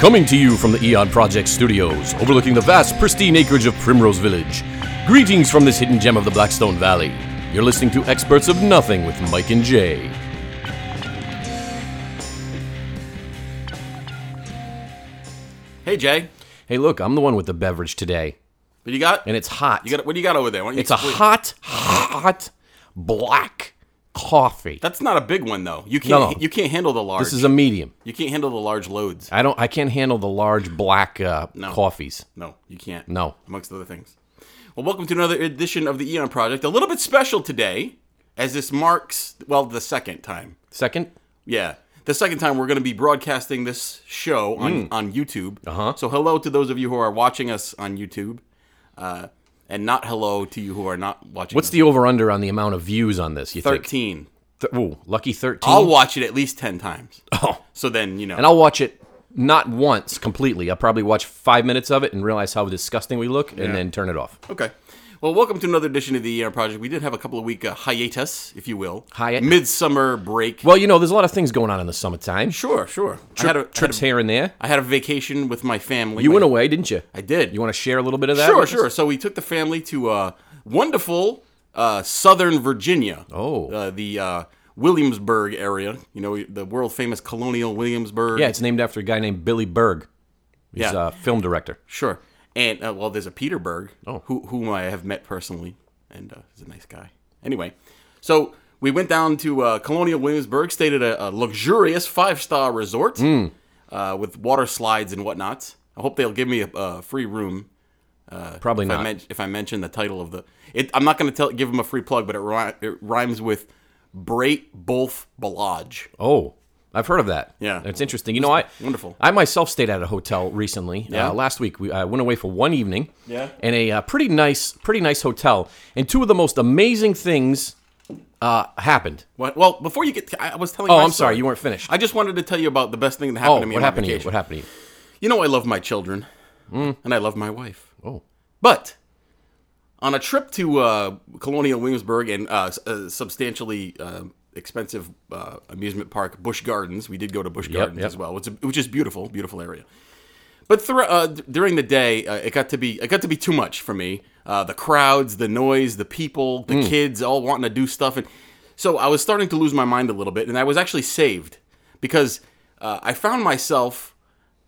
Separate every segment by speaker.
Speaker 1: Coming to you from the Eon Project studios, overlooking the vast, pristine acreage of Primrose Village. Greetings from this hidden gem of the Blackstone Valley. You're listening to Experts of Nothing with Mike and Jay.
Speaker 2: Hey Jay,
Speaker 1: Hey, look, I'm the one with the beverage today,
Speaker 2: what do you got?
Speaker 1: and it's hot.
Speaker 2: you got what do you got over there? Why don't you
Speaker 1: it's a
Speaker 2: explain-
Speaker 1: hot, hot black coffee.
Speaker 2: That's not a big one though. You can't
Speaker 1: No, no.
Speaker 2: you can't handle the large.
Speaker 1: This is a medium.
Speaker 2: you can't handle the large loads.
Speaker 1: I don't. I can't handle the large black uh, coffees.
Speaker 2: No, you can't.
Speaker 1: No.
Speaker 2: amongst other things. Well, welcome to another edition of the Eon Project. A little bit special today, as this marks well the second time.
Speaker 1: Second,
Speaker 2: Yeah. The second time we're going to be broadcasting this show
Speaker 1: Hmm.
Speaker 2: on, on YouTube. Uh-huh. So hello to those of you who are watching us on YouTube, uh, and not hello to you who are not watching.
Speaker 1: what's
Speaker 2: us.
Speaker 1: the over under on the amount of views on this? You think?
Speaker 2: thirteen?
Speaker 1: Th- ooh, lucky 13
Speaker 2: I'll watch it at least ten times.
Speaker 1: Oh.
Speaker 2: So then you know.
Speaker 1: and I'll watch it not once completely. I'll probably watch five minutes of it and realize how disgusting we look, and then turn it off.
Speaker 2: Okay. Well, welcome to another edition of the ER Project. We did have a couple of week uh, hiatus, if you will.
Speaker 1: Hiat-
Speaker 2: Midsummer break.
Speaker 1: Well, you know, there's a lot of things going on in the summertime.
Speaker 2: sure, sure. I had, a, I, had
Speaker 1: Trips
Speaker 2: a,
Speaker 1: here and there.
Speaker 2: I had a vacation with my family.
Speaker 1: You
Speaker 2: My-
Speaker 1: went away, didn't you?
Speaker 2: I did.
Speaker 1: You want to share a little bit of that?
Speaker 2: sure,
Speaker 1: with us?
Speaker 2: sure. So we took the family to uh, wonderful uh, Southern Virginia.
Speaker 1: Oh.
Speaker 2: Uh, the uh, Williamsburg area. You know, the world famous colonial Williamsburg.
Speaker 1: Yeah, it's named after a guy named Billy Berg. He's
Speaker 2: Yeah.
Speaker 1: a film director.
Speaker 2: Sure. And uh, well, there's a Peterberg,
Speaker 1: Oh.
Speaker 2: who, whom I have met personally, and uh, he's a nice guy. Anyway, so we went down to uh, Colonial Williamsburg, stayed at a, a luxurious five star resort
Speaker 1: Hmm.
Speaker 2: uh, with water slides and whatnot. I hope they'll give me a, a free room.
Speaker 1: Probably
Speaker 2: Uh, If I,
Speaker 1: not.
Speaker 2: men- if I mention the title of the, it, I'm not going to tell give him a free plug, but it, rhy- it rhymes with Brait Bolf Balaj.
Speaker 1: Oh, I've heard of that.
Speaker 2: Yeah.
Speaker 1: it's interesting. You know, I
Speaker 2: wonderful.
Speaker 1: I myself stayed at a hotel recently.
Speaker 2: Yeah?
Speaker 1: Uh, last week, we I went away for one evening.
Speaker 2: Yeah.
Speaker 1: In a uh, pretty nice, pretty nice hotel, and two of the most amazing things uh, happened.
Speaker 2: What? Well, before you get, to, I I was telling.
Speaker 1: Oh,
Speaker 2: my
Speaker 1: I'm
Speaker 2: story.
Speaker 1: sorry, you weren't finished.
Speaker 2: I just wanted to tell you about the best thing that happened
Speaker 1: oh,
Speaker 2: to me.
Speaker 1: what
Speaker 2: on my
Speaker 1: happened to you?
Speaker 2: vacation.
Speaker 1: What happened to you?
Speaker 2: You know I love my children, and I love my wife.
Speaker 1: Mm. Oh,
Speaker 2: But on a trip to uh, Colonial Williamsburg and uh, s- uh, substantially uh, expensive uh, amusement park, Busch Gardens, we did go to Busch Gardens
Speaker 1: yep.
Speaker 2: as well, which is, which is beautiful, beautiful area. But thr uh, d- during the day, uh, it got to be it got to be too much for me. Uh, the crowds, the noise, the people, the
Speaker 1: Mm.
Speaker 2: kids, all wanting to do stuff, and so I was starting to lose my mind a little bit. And I was actually saved because uh, I found myself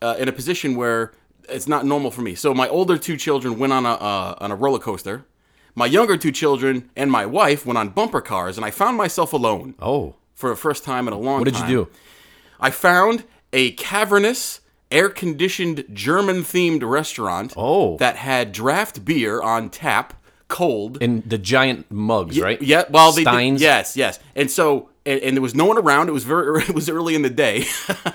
Speaker 2: uh, in a position where it's not normal for me. So my older two children went on a uh, on a roller coaster. My younger two children and my wife went on bumper cars, and I found myself alone
Speaker 1: oh,
Speaker 2: for the first time in a long
Speaker 1: what
Speaker 2: time.
Speaker 1: did you do?
Speaker 2: I found a cavernous, air conditioned, German themed restaurant
Speaker 1: Oh.
Speaker 2: that had draft beer on tap, cold.
Speaker 1: In the giant mugs, right?
Speaker 2: Yeah, well, they did-
Speaker 1: Steins.
Speaker 2: yes, yes. And so, and, and there was no one around. It was very, it was early in the day,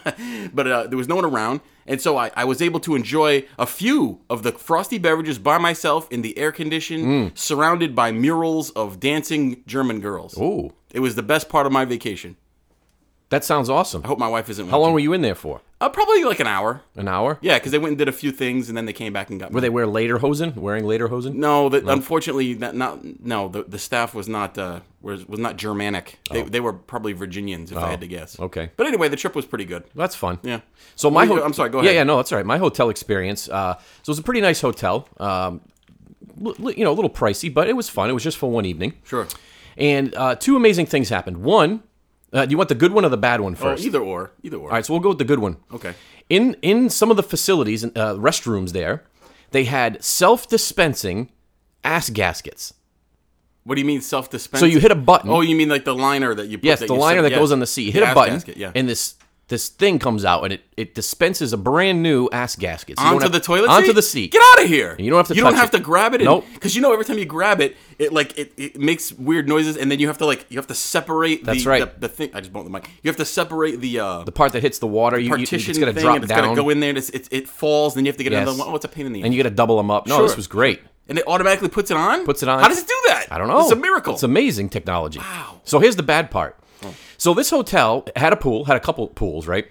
Speaker 2: but uh, there was no one around. And so I, I was able to enjoy a few of the frosty beverages by myself in the air conditioned,
Speaker 1: Mm.
Speaker 2: surrounded by murals of dancing German girls.
Speaker 1: Oh,
Speaker 2: It was the best part of my vacation.
Speaker 1: that sounds awesome.
Speaker 2: I hope my wife isn't.
Speaker 1: How long were you in there for?
Speaker 2: Uh, probably like an hour.
Speaker 1: An hour?
Speaker 2: Yeah, because they went and did a few things, and then they came back and got.
Speaker 1: Were
Speaker 2: me.
Speaker 1: they wear lederhosen? Wearing lederhosen?
Speaker 2: No, that unfortunately, that not no. The, the staff was not uh, was was not Germanic. They,
Speaker 1: Oh.
Speaker 2: they were probably Virginians, if I had to guess.
Speaker 1: okay.
Speaker 2: but anyway, the trip was pretty good.
Speaker 1: That's fun.
Speaker 2: Yeah.
Speaker 1: So my
Speaker 2: you go-
Speaker 1: ho-
Speaker 2: I'm sorry, go
Speaker 1: Yeah,
Speaker 2: ahead.
Speaker 1: yeah, no, that's all right. My hotel experience. Uh, so it was a pretty nice hotel. Um, li- li- you know, a little pricey, but it was fun. It was just for one evening.
Speaker 2: Sure.
Speaker 1: And uh, two amazing things happened. One, uh, do you want the good one or the bad one
Speaker 2: Or
Speaker 1: first?
Speaker 2: either or, either or.
Speaker 1: All right, so we'll go with the good one.
Speaker 2: Oh, Okay.
Speaker 1: In in some of the facilities and uh, restrooms there, they had self dispensing ass gaskets.
Speaker 2: What do you mean self dispense?
Speaker 1: So you hit a button.
Speaker 2: Oh, you mean like the liner that you? Put
Speaker 1: Yes, the liner that goes on the seat. You hit a button,
Speaker 2: yeah.
Speaker 1: and this this thing comes out, and it, it dispenses a brand new ass gasket. So you don't
Speaker 2: onto
Speaker 1: have-
Speaker 2: the toilet
Speaker 1: onto
Speaker 2: seat?
Speaker 1: the seat.
Speaker 2: Get out of here.
Speaker 1: you don't have to
Speaker 2: You
Speaker 1: touch
Speaker 2: don't have
Speaker 1: it.
Speaker 2: to grab it.
Speaker 1: Nope.
Speaker 2: Because you know every time you grab it, it like it, it makes weird noises, and then you have to like you have to separate.
Speaker 1: That's
Speaker 2: the,
Speaker 1: right.
Speaker 2: The, the thing I just bumped the mic. You have to separate the uh,
Speaker 1: the part that hits the water, you, you,
Speaker 2: partition
Speaker 1: it's gonna
Speaker 2: thing,
Speaker 1: drop
Speaker 2: and it's
Speaker 1: down,
Speaker 2: gonna go in there. And it's, it it falls, then you have to get
Speaker 1: Yes.
Speaker 2: another one. Oh, it's a pain in the
Speaker 1: and
Speaker 2: end.
Speaker 1: you gotta double them up. No, this
Speaker 2: Sure.
Speaker 1: was great.
Speaker 2: And it automatically puts it on.
Speaker 1: Puts it on.
Speaker 2: How does it do that?
Speaker 1: I don't know.
Speaker 2: It's a miracle.
Speaker 1: It's amazing technology. Wow. So here's the bad part. So this hotel had a pool, had a couple pools, right?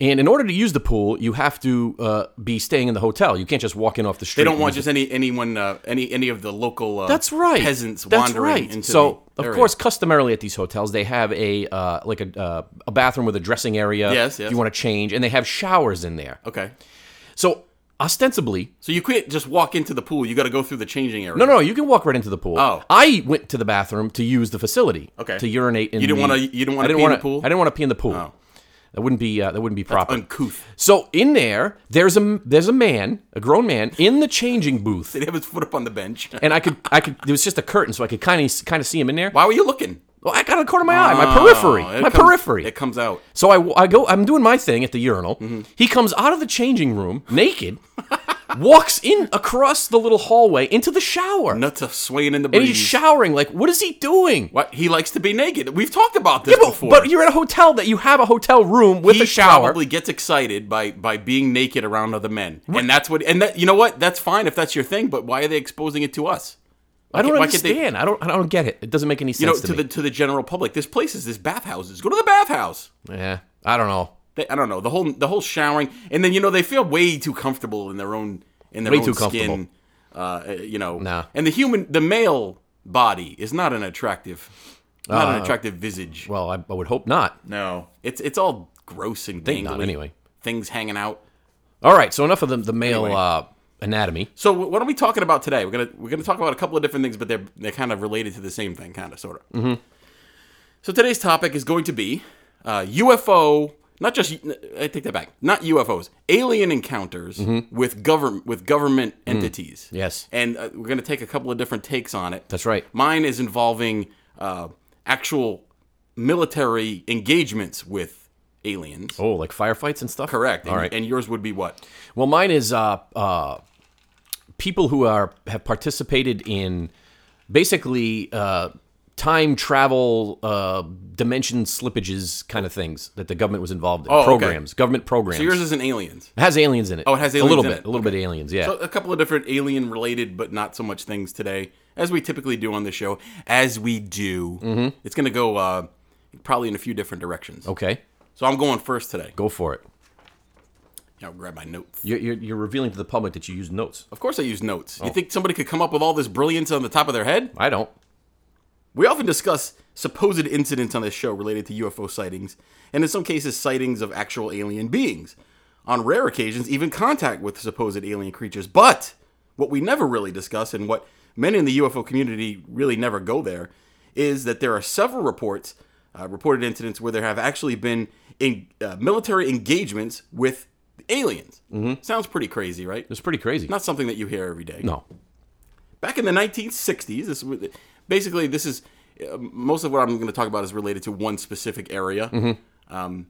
Speaker 1: And in order to use the pool, you have to uh, be staying in the hotel. You can't just walk in off the street.
Speaker 2: They don't want
Speaker 1: and use
Speaker 2: just any anyone uh, any any of the local uh,
Speaker 1: it. That's right.
Speaker 2: peasants
Speaker 1: That's
Speaker 2: wandering
Speaker 1: right.
Speaker 2: into
Speaker 1: so,
Speaker 2: the
Speaker 1: of
Speaker 2: area.
Speaker 1: course, customarily at these hotels, they have a uh, like a, uh, a bathroom with a dressing area.
Speaker 2: Yes, yes.
Speaker 1: If you want to change, and they have showers in there.
Speaker 2: Okay.
Speaker 1: So, ostensibly,
Speaker 2: So you can't just walk into the pool. You got to go through the changing area.
Speaker 1: No, no, you can walk right into the pool.
Speaker 2: Oh.
Speaker 1: I went to the bathroom to use the facility.
Speaker 2: Okay.
Speaker 1: To urinate in
Speaker 2: You didn't
Speaker 1: the-
Speaker 2: wanna- you didn't wanna
Speaker 1: I didn't
Speaker 2: pee in
Speaker 1: wanna-
Speaker 2: the pool? Oh.
Speaker 1: I didn't want to pee in the pool. That wouldn't be uh, that wouldn't be proper.
Speaker 2: Uncouth.
Speaker 1: so in there, there's a there's a man, a grown man, in the changing booth,
Speaker 2: Did he have his foot up on the bench?
Speaker 1: and I could I could there was just a curtain, so I could kind of kind of see him in there.
Speaker 2: Why were you looking?
Speaker 1: Well, I got a corner of my eye, my
Speaker 2: Oh,
Speaker 1: periphery,
Speaker 2: it
Speaker 1: my
Speaker 2: comes-
Speaker 1: periphery.
Speaker 2: It Mm-hmm. comes out.
Speaker 1: So I, I go, I'm doing my thing at the urinal. He comes out of the changing room naked, walks in across the little hallway into the shower.
Speaker 2: Nuts are swaying in the
Speaker 1: And
Speaker 2: breeze.
Speaker 1: he's showering. Like, what is he doing?
Speaker 2: what he likes to be naked. We've talked about this
Speaker 1: Yeah, but,
Speaker 2: before.
Speaker 1: but you're at a hotel that you have a hotel room with
Speaker 2: he
Speaker 1: a shower.
Speaker 2: probably gets excited by by being naked around other men, and that's what. And that you know what? That's fine if that's your thing. But why are they exposing it to us?
Speaker 1: I don't
Speaker 2: why can't they-
Speaker 1: understand. I don't. I don't get it. It doesn't make any sense
Speaker 2: You know,
Speaker 1: to,
Speaker 2: to
Speaker 1: me.
Speaker 2: the to the general public, there's places, there's bathhouses. Go to the bathhouse.
Speaker 1: yeah, I don't know.
Speaker 2: They, I don't know the whole the whole showering, and then you know they feel way too comfortable in their own in their
Speaker 1: Way
Speaker 2: own
Speaker 1: too
Speaker 2: skin. Uh, you know,
Speaker 1: Nah.
Speaker 2: and the human the male body is not an attractive, not
Speaker 1: Uh.
Speaker 2: an attractive visage.
Speaker 1: Well, I, I would hope not.
Speaker 2: No, it's it's all gross and
Speaker 1: Not
Speaker 2: dangly.
Speaker 1: anyway.
Speaker 2: Things hanging out.
Speaker 1: All right. So enough of the the male uh, anatomy.
Speaker 2: So wh- what are we talking about today? We're gonna we're gonna talk about a couple of different things, but they're they're kind of related to the same thing, kind of sort of. Mm-hmm. So today's topic is going to be uh, UFO. Not just I take that back. Not UFOs. Alien encounters with government with government entities.
Speaker 1: Mm-hmm. Mm. Yes.
Speaker 2: and uh, we're gonna take a couple of different takes on it.
Speaker 1: That's right.
Speaker 2: Mine is involving uh, actual military engagements with aliens.
Speaker 1: Oh, like firefights and stuff.
Speaker 2: Correct.
Speaker 1: All
Speaker 2: and,
Speaker 1: right.
Speaker 2: and yours would be what?
Speaker 1: Well, mine is uh, uh, people who are have participated in basically uh, time travel, uh, dimension slippages, kind of things that the government was involved in.
Speaker 2: Oh, okay.
Speaker 1: programs, government programs.
Speaker 2: Yours isn't aliens.
Speaker 1: It has aliens in it.
Speaker 2: Oh, it has
Speaker 1: a little
Speaker 2: aliens in
Speaker 1: bit,
Speaker 2: it.
Speaker 1: a little bit of aliens. Yeah.
Speaker 2: So a couple of different alien related, but not so much things today, as we typically do on the show, as we do. Mm-hmm. It's going to go uh, probably in a few different directions.
Speaker 1: okay,
Speaker 2: So I'm going first today.
Speaker 1: go for it.
Speaker 2: I'll grab my notes.
Speaker 1: You're, you're, you're revealing to the public that you use notes.
Speaker 2: Of course, I use notes. You think somebody could come up with all this brilliance on the top of their head?
Speaker 1: I don't.
Speaker 2: We often discuss supposed incidents on this show related to UFO sightings, and in some cases, sightings of actual alien beings. On rare occasions, even contact with supposed alien creatures. But what we never really discuss, and what many in the UFO community really never go there, is that there are several reports, uh, reported incidents, where there have actually been in, uh, military engagements with aliens. Sounds pretty crazy, right?
Speaker 1: It's pretty crazy.
Speaker 2: Not something that you hear every day
Speaker 1: no.
Speaker 2: back in the 1960s this was- basically this is uh, most of what i'm going to talk about is related to one specific area um,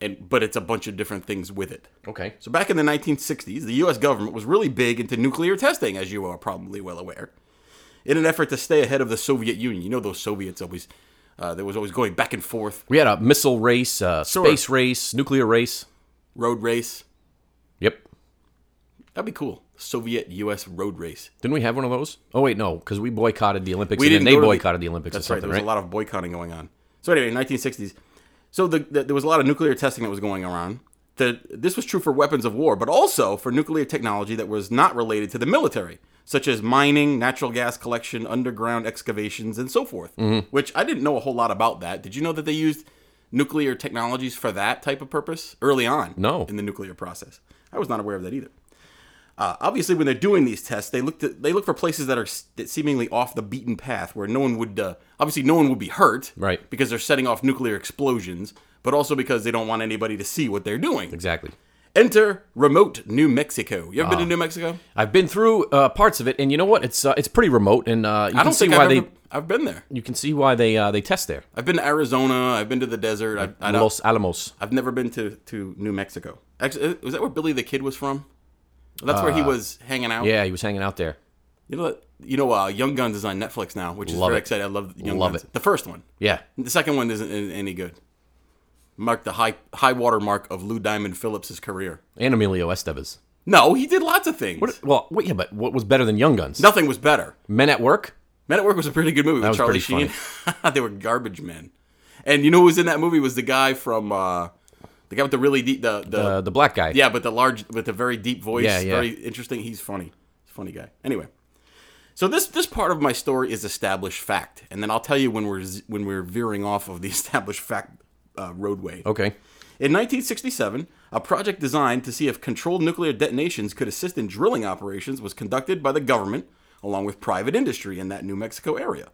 Speaker 2: and but it's a bunch of different things with it
Speaker 1: Okay.
Speaker 2: so back in the 1960s the us government was really big into nuclear testing as you are probably well aware in an effort to stay ahead of the soviet union you know those soviets always uh, there was always going back and forth
Speaker 1: We had a missile race, uh,
Speaker 2: Sure.
Speaker 1: space race, nuclear race.
Speaker 2: road race
Speaker 1: Yep.
Speaker 2: that'd be cool soviet us road race
Speaker 1: Didn't we have one of those? Oh wait, no, because we boycotted the Olympics.
Speaker 2: We
Speaker 1: and
Speaker 2: didn't
Speaker 1: then They
Speaker 2: go to the-
Speaker 1: boycotted the, Olympics or
Speaker 2: That's right.
Speaker 1: something,
Speaker 2: There
Speaker 1: right?
Speaker 2: was a lot of boycotting going on. So anyway, 1960s. So the, the, there was a lot of nuclear testing that was going on. The, this was true for weapons of war, but also for nuclear technology that was not related to the military, such as mining, natural gas collection, underground excavations, and so forth.
Speaker 1: Mm-hmm.
Speaker 2: Which I didn't know a whole lot about that. Did you know that they used nuclear technologies for that type of purpose early on?
Speaker 1: No.
Speaker 2: In the nuclear process, I was not aware of that either. Uh, obviously, when they're doing these tests, they look to, they look for places that are s- that seemingly off the beaten path, where no one would uh, obviously no one would be hurt,
Speaker 1: Right.
Speaker 2: Because they're setting off nuclear explosions, but also because they don't want anybody to see what they're doing.
Speaker 1: Exactly.
Speaker 2: Enter remote New Mexico. You ever
Speaker 1: Ah.
Speaker 2: been to New Mexico?
Speaker 1: I've been through uh, parts of it, and you know what? It's uh, it's pretty remote, and uh, you
Speaker 2: I
Speaker 1: can
Speaker 2: don't
Speaker 1: see
Speaker 2: think
Speaker 1: why
Speaker 2: I've,
Speaker 1: they
Speaker 2: ever, I've been there.
Speaker 1: you can see why they uh, they test there.
Speaker 2: I've been to Arizona. I've been to the desert. I've, I don't,
Speaker 1: Los Alamos.
Speaker 2: I've never been to, to New Mexico. Actually, uh, was that where Billy the Kid was from? That's where he was hanging out.
Speaker 1: Uh, Yeah, he was hanging out there.
Speaker 2: You know, what- you know, uh, Young Guns is on Netflix now, which is
Speaker 1: Love
Speaker 2: very
Speaker 1: it.
Speaker 2: exciting. I love Young
Speaker 1: Love
Speaker 2: Guns.
Speaker 1: it.
Speaker 2: The first one.
Speaker 1: Yeah.
Speaker 2: The second one isn't a- any good. Marked the high high water mark of Lou Diamond Phillips' career.
Speaker 1: And Emilio Estevez.
Speaker 2: No, he did lots of things.
Speaker 1: Well, wait, yeah, but what was better than Young Guns?
Speaker 2: Nothing was better.
Speaker 1: Men at Work.
Speaker 2: Men at Work was a pretty good movie with
Speaker 1: was
Speaker 2: Charlie
Speaker 1: pretty
Speaker 2: Sheen. they were garbage men. And you know who was in that movie was the guy from uh, The guy with the really deep, the the
Speaker 1: Uh, the black guy.
Speaker 2: yeah, but the large, with the very deep voice,
Speaker 1: Yeah, yeah.
Speaker 2: very interesting. He's funny, He's a funny guy. Anyway, so this this part of my story is established fact, and then I'll tell you when we're z- when we're veering off of the established fact uh, roadway.
Speaker 1: Okay.
Speaker 2: In 1967, a project designed to see if controlled nuclear detonations could assist in drilling operations was conducted by the government along with private industry in that New Mexico area.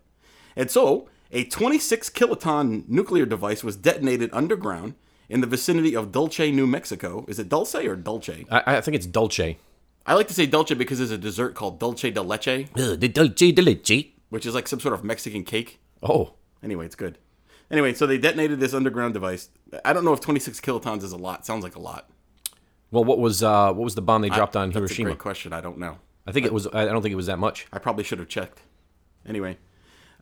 Speaker 2: And so, a 26 kiloton nuclear device was detonated underground in the vicinity of Dulce, New Mexico. Is it Dulce or Dulce?
Speaker 1: I, I think it's Dulce.
Speaker 2: I like to say Dulce because there's a dessert called Dulce de Leche,
Speaker 1: the Dulce de leche.
Speaker 2: which is like some sort of Mexican cake.
Speaker 1: Oh,
Speaker 2: Anyway, it's good. Anyway, so they detonated this underground device. I don't know if 26 kilotons is a lot. Sounds like a lot.
Speaker 1: well, what was uh, what was the bomb they dropped on
Speaker 2: That's a
Speaker 1: Hiroshima?
Speaker 2: great question. I don't know.
Speaker 1: I think it was. I don't think it was that much.
Speaker 2: I probably should have checked. Anyway,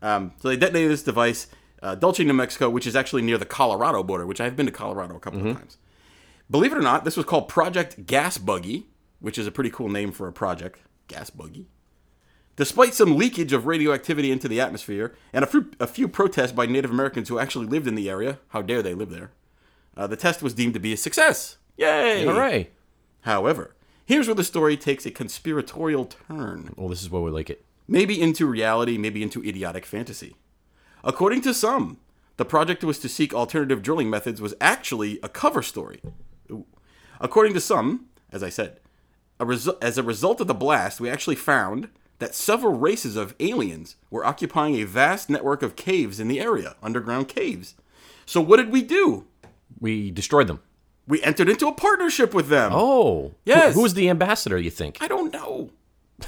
Speaker 2: um, so they detonated this device, uh, Dulce, New Mexico, which is actually near the Colorado border, which I've been to Colorado a couple of times. Believe it or not, this was called Project Gas Buggy, which is a pretty cool name for a project. Gas Buggy. Despite some leakage of radioactivity into the atmosphere and a few, a few protests by Native Americans who actually lived in the area, how dare they live there, uh, the test was deemed to be a success. Yay!
Speaker 1: Hooray!
Speaker 2: However, here's where the story takes a conspiratorial turn
Speaker 1: Well, this is where we like it.
Speaker 2: maybe into reality, maybe into idiotic fantasy. According to some, the project was to seek alternative drilling methods was actually a cover story. Ooh. According to some, as I said, a resu- as a result of the blast, we actually found that several races of aliens were occupying a vast network of caves in the area, underground caves. So what did we do?
Speaker 1: We destroyed them.
Speaker 2: We entered into a partnership with them.
Speaker 1: Oh, Who-
Speaker 2: Yes.
Speaker 1: Who was the ambassador? You think?
Speaker 2: I don't know.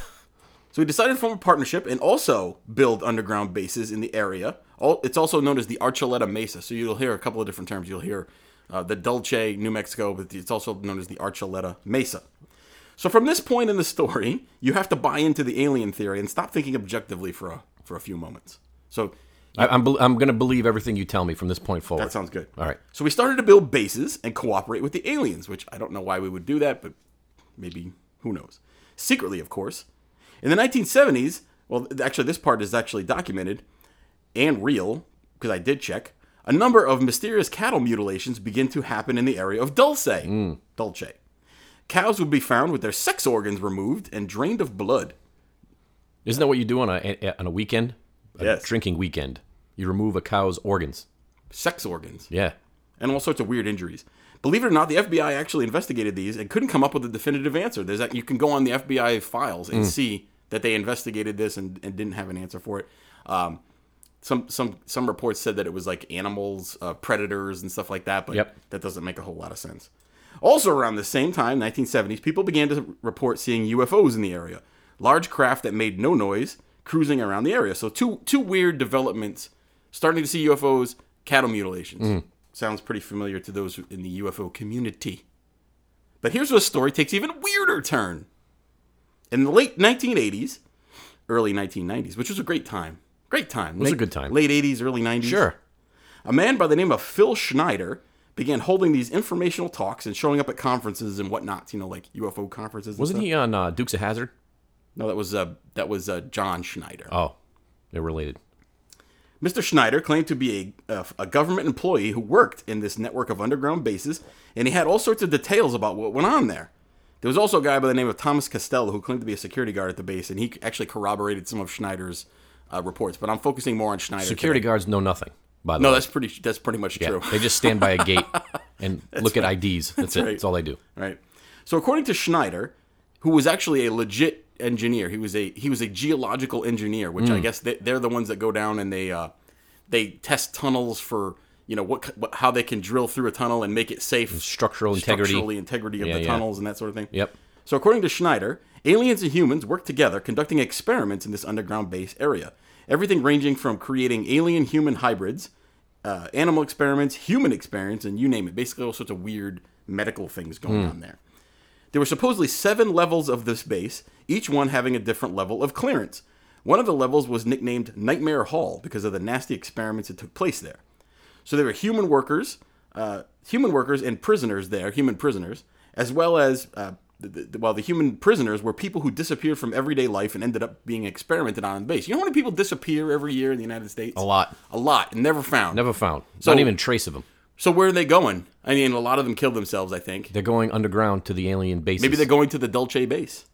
Speaker 2: So we decided to form a partnership and also build underground bases in the area. All, it's also known as the Archuleta Mesa. So you'll hear a couple of different terms. You'll hear uh, the Dulce, New Mexico, but it's also known as the Archuleta Mesa. So from this point in the story, you have to buy into the alien theory and stop thinking objectively for a, for a few moments. So
Speaker 1: I, I'm. bel- I'm going to believe everything you tell me from this point forward.
Speaker 2: that sounds good.
Speaker 1: All right.
Speaker 2: So we started to build bases and cooperate with the aliens, which I don't know why we would do that, but maybe who knows. Secretly, of course. In the 1970s, well, th- actually, this part is actually documented and real because I did check. A number of mysterious cattle mutilations begin to happen in the area of Dulce. Dulce. Cows would be found with their sex organs removed and drained of blood.
Speaker 1: Isn't that what you do on a on a weekend? A
Speaker 2: Yes.
Speaker 1: Drinking weekend. You remove a cow's organs.
Speaker 2: Sex organs.
Speaker 1: Yeah.
Speaker 2: and all sorts of weird injuries. Believe it or not, the FBI actually investigated these and couldn't come up with a definitive answer. There's that you can go on the FBI files and see that they investigated this and, and didn't have an answer for it. Um, some some some reports said that it was like animals, uh, predators, and stuff like that, but
Speaker 1: Yep.
Speaker 2: that doesn't make a whole lot of sense. Also, around the same time, 1970s, people began to report seeing UFOs in the area, large craft that made no noise cruising around the area. So two two weird developments: starting to see UFOs, cattle mutilations. Sounds pretty familiar to those in the UFO community. But here's where the story takes even weirder turn. In the late 1980s, early 1990s, which was a great time. Great time. It
Speaker 1: was a good time.
Speaker 2: Late 80s, early 90s.
Speaker 1: Sure.
Speaker 2: A man by the name of Phil Schneider began holding these informational talks and showing up at conferences and whatnot, you know, like UFO conferences.
Speaker 1: Wasn't he on uh, Dukes of Hazard?
Speaker 2: No, that was uh, that was uh, John Schneider.
Speaker 1: Oh, they're related.
Speaker 2: Mr. Schneider claimed to be a, a, a government employee who worked in this network of underground bases, and he had all sorts of details about what went on there. There was also a guy by the name of Thomas Costello who claimed to be a security guard at the base, and he actually corroborated some of Schneider's uh, reports. But I'm focusing more on Schneider.
Speaker 1: Security guards know nothing. By the
Speaker 2: No,
Speaker 1: way,
Speaker 2: that's pretty. That's pretty much true.
Speaker 1: they just stand by a gate and look at IDs. That's, it. That's all they do.
Speaker 2: Right. So according to Schneider, who was actually a legit engineer, he was a he was a geological engineer, which
Speaker 1: Hmm.
Speaker 2: I guess they, they're the ones that go down and they uh, they test tunnels for you know what, c- what how they can drill through a tunnel and make it safe
Speaker 1: Structural integrity.
Speaker 2: structurally integrity of
Speaker 1: Yeah,
Speaker 2: the
Speaker 1: yeah.
Speaker 2: tunnels and that sort of thing.
Speaker 1: Yep.
Speaker 2: So according to Schneider, aliens and humans work together conducting experiments in this underground base area. Everything ranging from creating alien human hybrids, uh, animal experiments, human experiments, and you name it. Basically, all sorts of weird medical things going on there. There were supposedly seven levels of this base, each one having a different level of clearance. One of the levels was nicknamed Nightmare Hall because of the nasty experiments that took place there. So there were human workers, uh, human workers and prisoners there, human prisoners, as well as uh, the, the, well, the human prisoners were people who disappeared from everyday life and ended up being experimented on in the base. You know how many people disappear every year in the United States?
Speaker 1: A lot.
Speaker 2: A lot, and never found.
Speaker 1: Never found.
Speaker 2: So-
Speaker 1: Not even a trace of them.
Speaker 2: So where are they going? I mean, a lot of them killed themselves. I think
Speaker 1: They're going underground to the alien bases.
Speaker 2: maybe they're going to the Dulce base.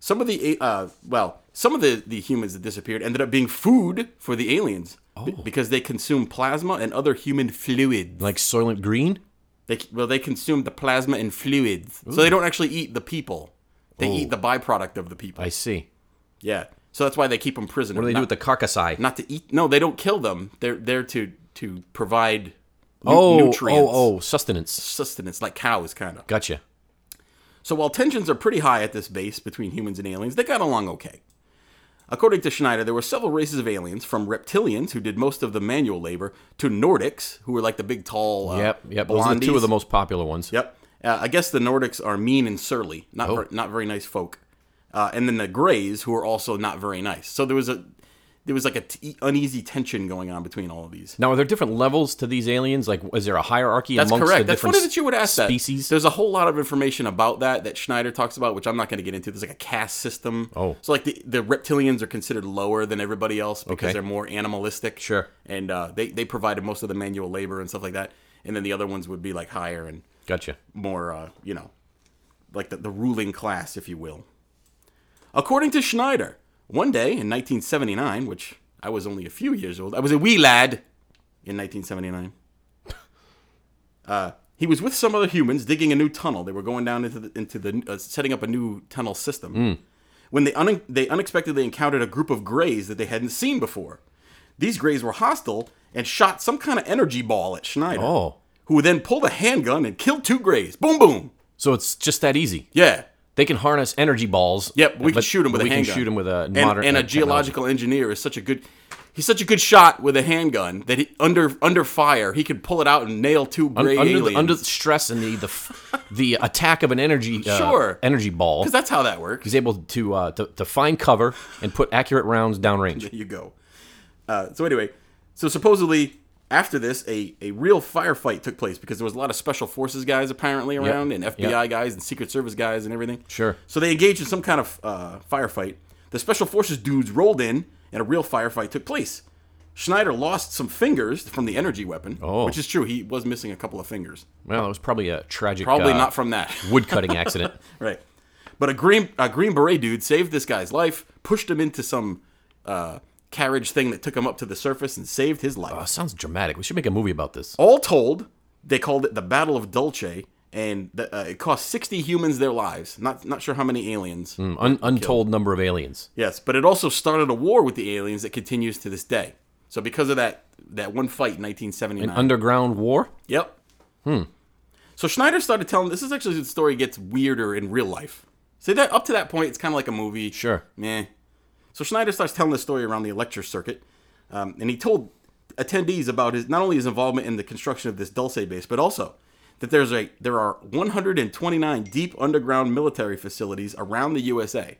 Speaker 2: Some of the uh, well, some of the the humans that disappeared ended up being food for the aliens b-
Speaker 1: Oh.
Speaker 2: because they consumed plasma and other human fluids.
Speaker 1: like Soylent Green.
Speaker 2: They well, they consume the plasma and fluids, so they don't actually eat the people. They eat
Speaker 1: Oh.
Speaker 2: the byproduct of the people.
Speaker 1: I see.
Speaker 2: yeah, so that's why they keep them prisoner.
Speaker 1: What do they
Speaker 2: not,
Speaker 1: do with the carcassi?
Speaker 2: not to eat? No, they don't kill them. They're there to to provide nu-
Speaker 1: oh,
Speaker 2: nutrients,
Speaker 1: oh, oh, sustenance.
Speaker 2: sustenance, like cows, kind of.
Speaker 1: Gotcha.
Speaker 2: So while tensions are pretty high at this base between humans and aliens, they got along okay. According to Schneider, there were several races of aliens, from reptilians, who did most of the manual labor, to Nordics, who were like the big, tall. Uh,
Speaker 1: Yep, yep. Those are the two
Speaker 2: blondies.
Speaker 1: of the most popular ones.
Speaker 2: Yep. Uh, I guess the Nordics are mean and surly, not
Speaker 1: Oh.
Speaker 2: ver- not very nice folk. Uh, and then the Greys, who are also not very nice. So there was a there was like a t- uneasy tension going on between all of these.
Speaker 1: Now, are there different levels to these aliens? Like, is there a hierarchy
Speaker 2: That's
Speaker 1: amongst
Speaker 2: correct.
Speaker 1: the
Speaker 2: That's
Speaker 1: different
Speaker 2: funny that you would ask that.
Speaker 1: species?
Speaker 2: There's a whole lot of information about that that Schneider talks about, which I'm not going to get into. There's like a caste system.
Speaker 1: Oh.
Speaker 2: So like the, the reptilians are considered lower than everybody else because
Speaker 1: Okay.
Speaker 2: they're more animalistic.
Speaker 1: Sure.
Speaker 2: And uh, they they provided most of the manual labor and stuff like that. And then the other ones would be like higher and
Speaker 1: Gotcha.
Speaker 2: more, uh, you know, like the, the ruling class, if you will. According to Schneider, one day in 1979, which I was only a few years old, I was a wee lad in 1979. Uh, he was with some other humans digging a new tunnel. They were going down into the, into the uh, setting up a new tunnel system. When they, un- they unexpectedly encountered a group of greys that they hadn't seen before. These greys were hostile and shot some kind of energy ball at Schneider
Speaker 1: Oh,
Speaker 2: who then pulled a handgun and killed two Greys. Boom, boom.
Speaker 1: so it's just that easy.
Speaker 2: Yeah.
Speaker 1: They can harness energy balls.
Speaker 2: Yep, we can
Speaker 1: but
Speaker 2: shoot him with a
Speaker 1: we
Speaker 2: handgun.
Speaker 1: can shoot him with a
Speaker 2: and,
Speaker 1: modern
Speaker 2: and a
Speaker 1: uh, technology.
Speaker 2: geological engineer is such a good. He's such a good shot with a handgun that he, under under fire he could pull it out and nail two
Speaker 1: Un-
Speaker 2: Grey
Speaker 1: under
Speaker 2: aliens.
Speaker 1: the, under the stress and the the, f- the attack of an energy uh,
Speaker 2: Sure.
Speaker 1: energy ball.
Speaker 2: Because that's how that works.
Speaker 1: He's able to, uh, to to find cover and put accurate rounds downrange.
Speaker 2: There you go. Uh, so anyway, so supposedly after this, a, a real firefight took place because there was a lot of special forces guys apparently around and FBI guys and Secret Service guys and everything.
Speaker 1: Sure.
Speaker 2: So they engaged in some kind of uh, firefight. The special forces dudes rolled in, and a real firefight took place. Schneider lost some fingers from the energy weapon,
Speaker 1: Oh.
Speaker 2: which is true. He was missing a couple of fingers.
Speaker 1: Well, it was probably a tragic
Speaker 2: Probably
Speaker 1: uh,
Speaker 2: not from that.
Speaker 1: wood cutting accident.
Speaker 2: Right. But a green a green beret dude saved this guy's life, pushed him into some uh, carriage thing that took him up to the surface and saved his life.
Speaker 1: Oh, sounds dramatic. We should make a movie about this.
Speaker 2: All told, they called it the Battle of Dulce, and the, uh, it cost 60 humans their lives. Not not sure how many aliens.
Speaker 1: Mm, Un- untold number of aliens.
Speaker 2: Yes, but it also started a war with the aliens that continues to this day. So because of that that one fight in 1979.
Speaker 1: Underground war.
Speaker 2: Yep. Hmm. So Schneider started telling this is actually the story gets weirder in real life. So that up to that point, it's kind of like a movie.
Speaker 1: Sure.
Speaker 2: Meh. So Schneider starts telling the story around the lecture circuit, um, and he told attendees about his not only his involvement in the construction of this Dulce base, but also that there's a there are 129 deep underground military facilities around the USA,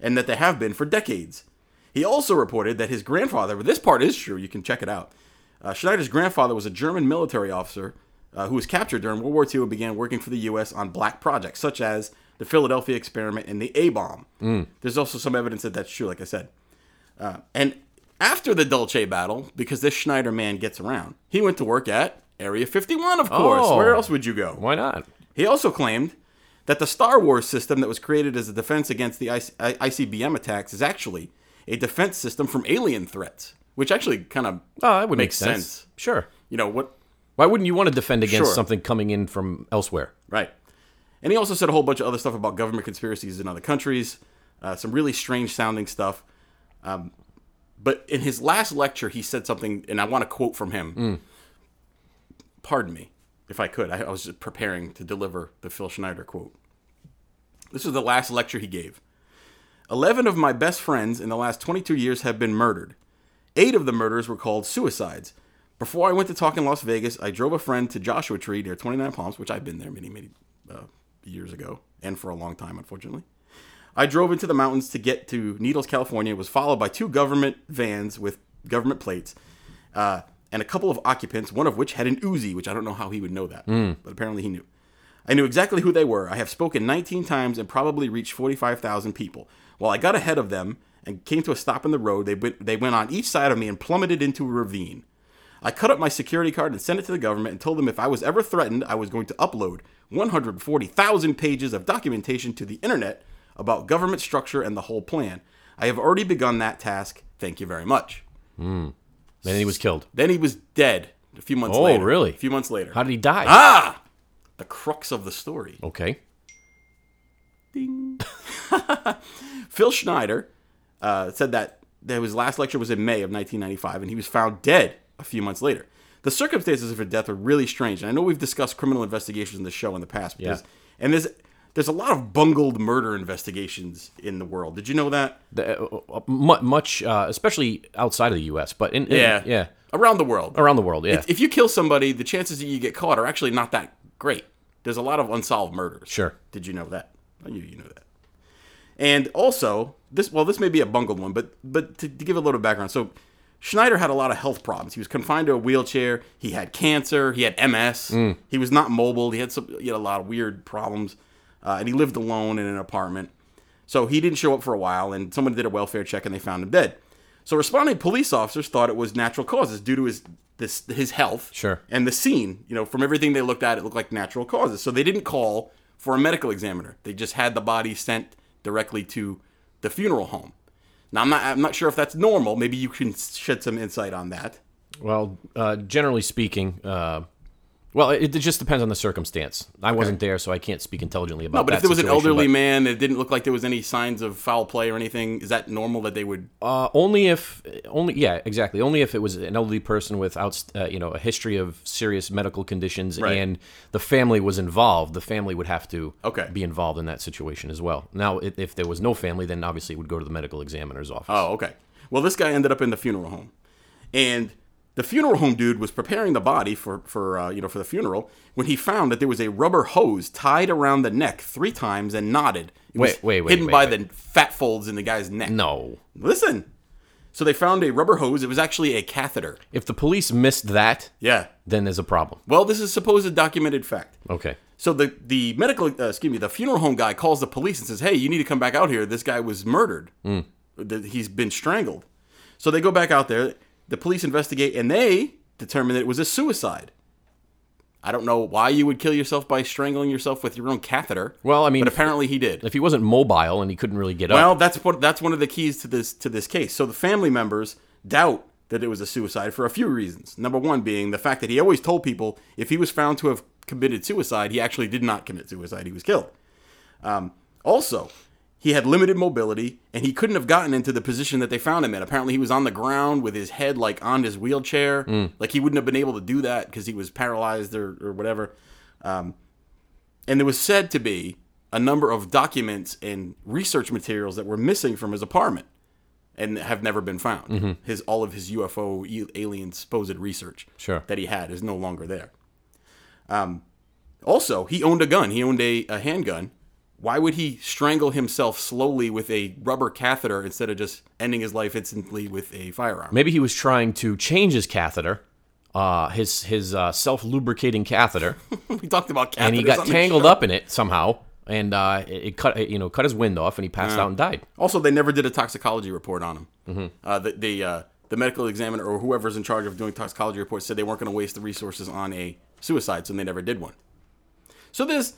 Speaker 2: and that they have been for decades. He also reported that his grandfather, this part is true, you can check it out. Uh, Schneider's grandfather was a German military officer uh, who was captured during World War II and began working for the U.S. on black projects such as the Philadelphia experiment and the A bomb. There's also some evidence that that's true, like I said. Uh, and after the Dulce battle, because this Schneider man gets around, he went to work at Area 51, of course.
Speaker 1: Oh.
Speaker 2: Where else would you go?
Speaker 1: Why not?
Speaker 2: He also claimed that the Star Wars system that was created as a defense against the IC- I- ICBM attacks is actually a defense system from alien threats, which actually kind of,
Speaker 1: Oh, that would
Speaker 2: Makes
Speaker 1: make sense.
Speaker 2: sense.
Speaker 1: Sure.
Speaker 2: you know, what
Speaker 1: Why wouldn't you want to defend against
Speaker 2: Sure.
Speaker 1: something coming in from elsewhere?
Speaker 2: Right. And he also said a whole bunch of other stuff about government conspiracies in other countries, uh, some really strange sounding stuff. Um, but in his last lecture, he said something, and I want to quote from him. Pardon me, if I could. I, I was just preparing to deliver the Phil Schneider quote. This was the last lecture he gave. Eleven of my best friends in the last 22 years have been murdered. Eight of the murders were called suicides. Before I went to talk in Las Vegas, I drove a friend to Joshua Tree near 29 Palms, which I've been there many, many uh, years ago and for a long time, unfortunately. I drove into the mountains to get to Needles, California. was followed by two government vans with government plates uh, and a couple of occupants, one of which had an Uzi, which I don't know how he would know that, but apparently he knew. I knew exactly who they were. I have spoken 19 times and probably reached 45,000 people. While I got ahead of them and came to a stop in the road, they went, they went on each side of me and plummeted into a ravine. I cut up my security card and sent it to the government and told them if I was ever threatened, I was going to upload 140,000 pages of documentation to the internet about government structure and the whole plan. I have already begun that task. Thank you very much.
Speaker 1: Then he was killed.
Speaker 2: Then he was dead a few months
Speaker 1: Oh,
Speaker 2: later.
Speaker 1: really?
Speaker 2: A few months later.
Speaker 1: How did he die?
Speaker 2: ah! The crux of the story.
Speaker 1: Okay.
Speaker 2: Ding. Phil Schneider uh, said that, that his last lecture was in May of 1995, and he was found dead a few months later. The circumstances of her death are really strange, and I know we've discussed criminal investigations in the show in the past. Because, And there's there's a lot of bungled murder investigations in the world. Did you know that?
Speaker 1: The, uh, uh, mu- much, uh, especially outside of the U.S., but in, in- yeah,
Speaker 2: Around the world.
Speaker 1: around the world, yeah,
Speaker 2: If you kill somebody, the chances that you get caught are actually not that great. There's a lot of unsolved murders.
Speaker 1: Sure.
Speaker 2: Did you know that? I knew you knew that. And also, this well, this may be a bungled one, but but to, to give a little background, so Schneider had a lot of health problems. He was confined to a wheelchair. He had cancer. He had MS. He was not mobile. He had some, he had a lot of weird problems, uh, and he lived alone in an apartment. So he didn't show up for a while, and someone did a welfare check, and they found him dead. So responding police officers thought it was natural causes due to his this his health.
Speaker 1: Sure.
Speaker 2: And the scene, you know, from everything they looked at, it looked like natural causes. So they didn't call for a medical examiner. They just had the body sent directly to the funeral home. Now I'm not I'm not sure if that's normal. Maybe you can shed some insight on that.
Speaker 1: Well, uh, generally speaking, uh, well, it, it just depends on the circumstance. I wasn't there, so I can't speak intelligently about.
Speaker 2: No, but
Speaker 1: that
Speaker 2: if there was an
Speaker 1: situation,
Speaker 2: elderly
Speaker 1: but,
Speaker 2: man that didn't look like there was any signs of foul play or anything, is that normal that they would
Speaker 1: uh, only if, only yeah, exactly. Only if it was an elderly person with out, uh, you know, a history of serious medical conditions,
Speaker 2: Right.
Speaker 1: and the family was involved. The family would have to
Speaker 2: Okay.
Speaker 1: be involved in that situation as well. Now, if, if there was no family, then obviously it would go to the medical examiner's office.
Speaker 2: Oh, okay. Well, this guy ended up in the funeral home, and the funeral home dude was preparing the body for for uh, you know for the funeral when he found that there was a rubber hose tied around the neck three times and knotted. It was
Speaker 1: Wait, wait, wait,
Speaker 2: hidden
Speaker 1: wait,
Speaker 2: by the fat folds in the guy's neck.
Speaker 1: No,
Speaker 2: listen. So they found a rubber hose. It was actually a catheter.
Speaker 1: if the police missed that,
Speaker 2: Yeah.
Speaker 1: then there's a problem.
Speaker 2: Well, this is supposed documented fact.
Speaker 1: Okay.
Speaker 2: So the the medical uh, excuse me the funeral home guy calls the police and says, "Hey, you need to come back out here. This guy was murdered.
Speaker 1: Hmm.
Speaker 2: Th- He's been strangled." So they go back out there. The police investigate and they determine that it was a suicide. I don't know why you would kill yourself by strangling yourself with your own catheter.
Speaker 1: Well, I mean,
Speaker 2: but
Speaker 1: if-
Speaker 2: apparently he did.
Speaker 1: If he wasn't mobile and he couldn't really get up,
Speaker 2: Well, that's what that's one of the keys to this to this case. So the family members doubt that it was a suicide for a few reasons. Number one being the fact that he always told people if he was found to have committed suicide, he actually did not commit suicide; he was killed. Um, also, he had limited mobility and he couldn't have gotten into the position that they found him in. Apparently, he was on the ground with his head like on his wheelchair, like he wouldn't have been able to do that because he was paralyzed or, or whatever and there was said to be a number of documents and research materials that were missing from his apartment and have never been found.
Speaker 1: Mm-hmm.
Speaker 2: His all of his UFO e- alien supposed research
Speaker 1: Sure.
Speaker 2: that he had is no longer there. Um, also, he owned a gun. He owned a, a handgun. Why would he strangle himself slowly with a rubber catheter instead of just ending his life instantly with a firearm?
Speaker 1: maybe he was trying to change his catheter, uh, his his uh, self lubricating catheter,
Speaker 2: we talked about catheters.
Speaker 1: and he
Speaker 2: on
Speaker 1: got
Speaker 2: the
Speaker 1: tangled
Speaker 2: show.
Speaker 1: up in it somehow, and uh, it, it cut it, you know cut his wind off, and he passed out and died.
Speaker 2: Also, they never did a toxicology report on him. Uh, the the, uh, the medical examiner or whoever's in charge of doing toxicology reports said they weren't going to waste the resources on a suicide, so they never did one. So there's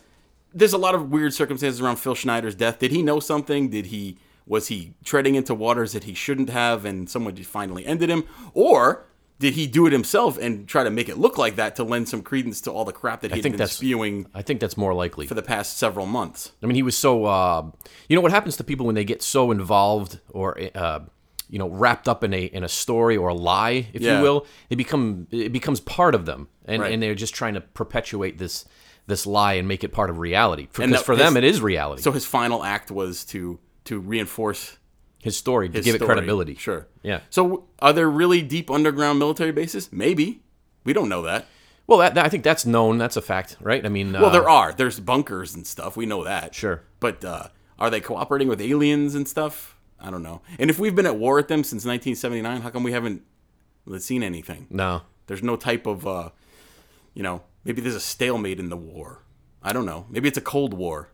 Speaker 2: there's a lot of weird circumstances around Phil Schneider's death. Did he know something? Did he was he treading into waters that he shouldn't have, and someone just finally ended him, or did he do it himself and try to make it look like that to lend some credence to all the crap that he'd
Speaker 1: think
Speaker 2: been
Speaker 1: that's-
Speaker 2: spewing
Speaker 1: I think that's more likely.
Speaker 2: for the past several months?
Speaker 1: I mean, he was so uh, you know what happens to people when they get so involved or uh, you know wrapped up in a in a story or a lie, if
Speaker 2: Yeah.
Speaker 1: you will, they become it becomes part of them, and,
Speaker 2: Right.
Speaker 1: and they're just trying to perpetuate this this lie and make it part of reality
Speaker 2: And
Speaker 1: because
Speaker 2: that-
Speaker 1: for them it is reality.
Speaker 2: So his final act was to to reinforce
Speaker 1: his story to
Speaker 2: his
Speaker 1: give
Speaker 2: story.
Speaker 1: it credibility.
Speaker 2: Sure.
Speaker 1: Yeah.
Speaker 2: So are there really deep underground military bases? Maybe. We don't know that.
Speaker 1: Well, that, that- I think that's known. That's a fact, right? I mean, uh,
Speaker 2: Well, there are. There's bunkers and stuff. We know that.
Speaker 1: Sure.
Speaker 2: But uh, are they cooperating with aliens and stuff? I don't know. And if we've been at war with them since 1979, how come we haven't seen anything?
Speaker 1: no.
Speaker 2: There's no type of, uh, you know, maybe there's a stalemate in the war. I don't know. Maybe it's a Cold War.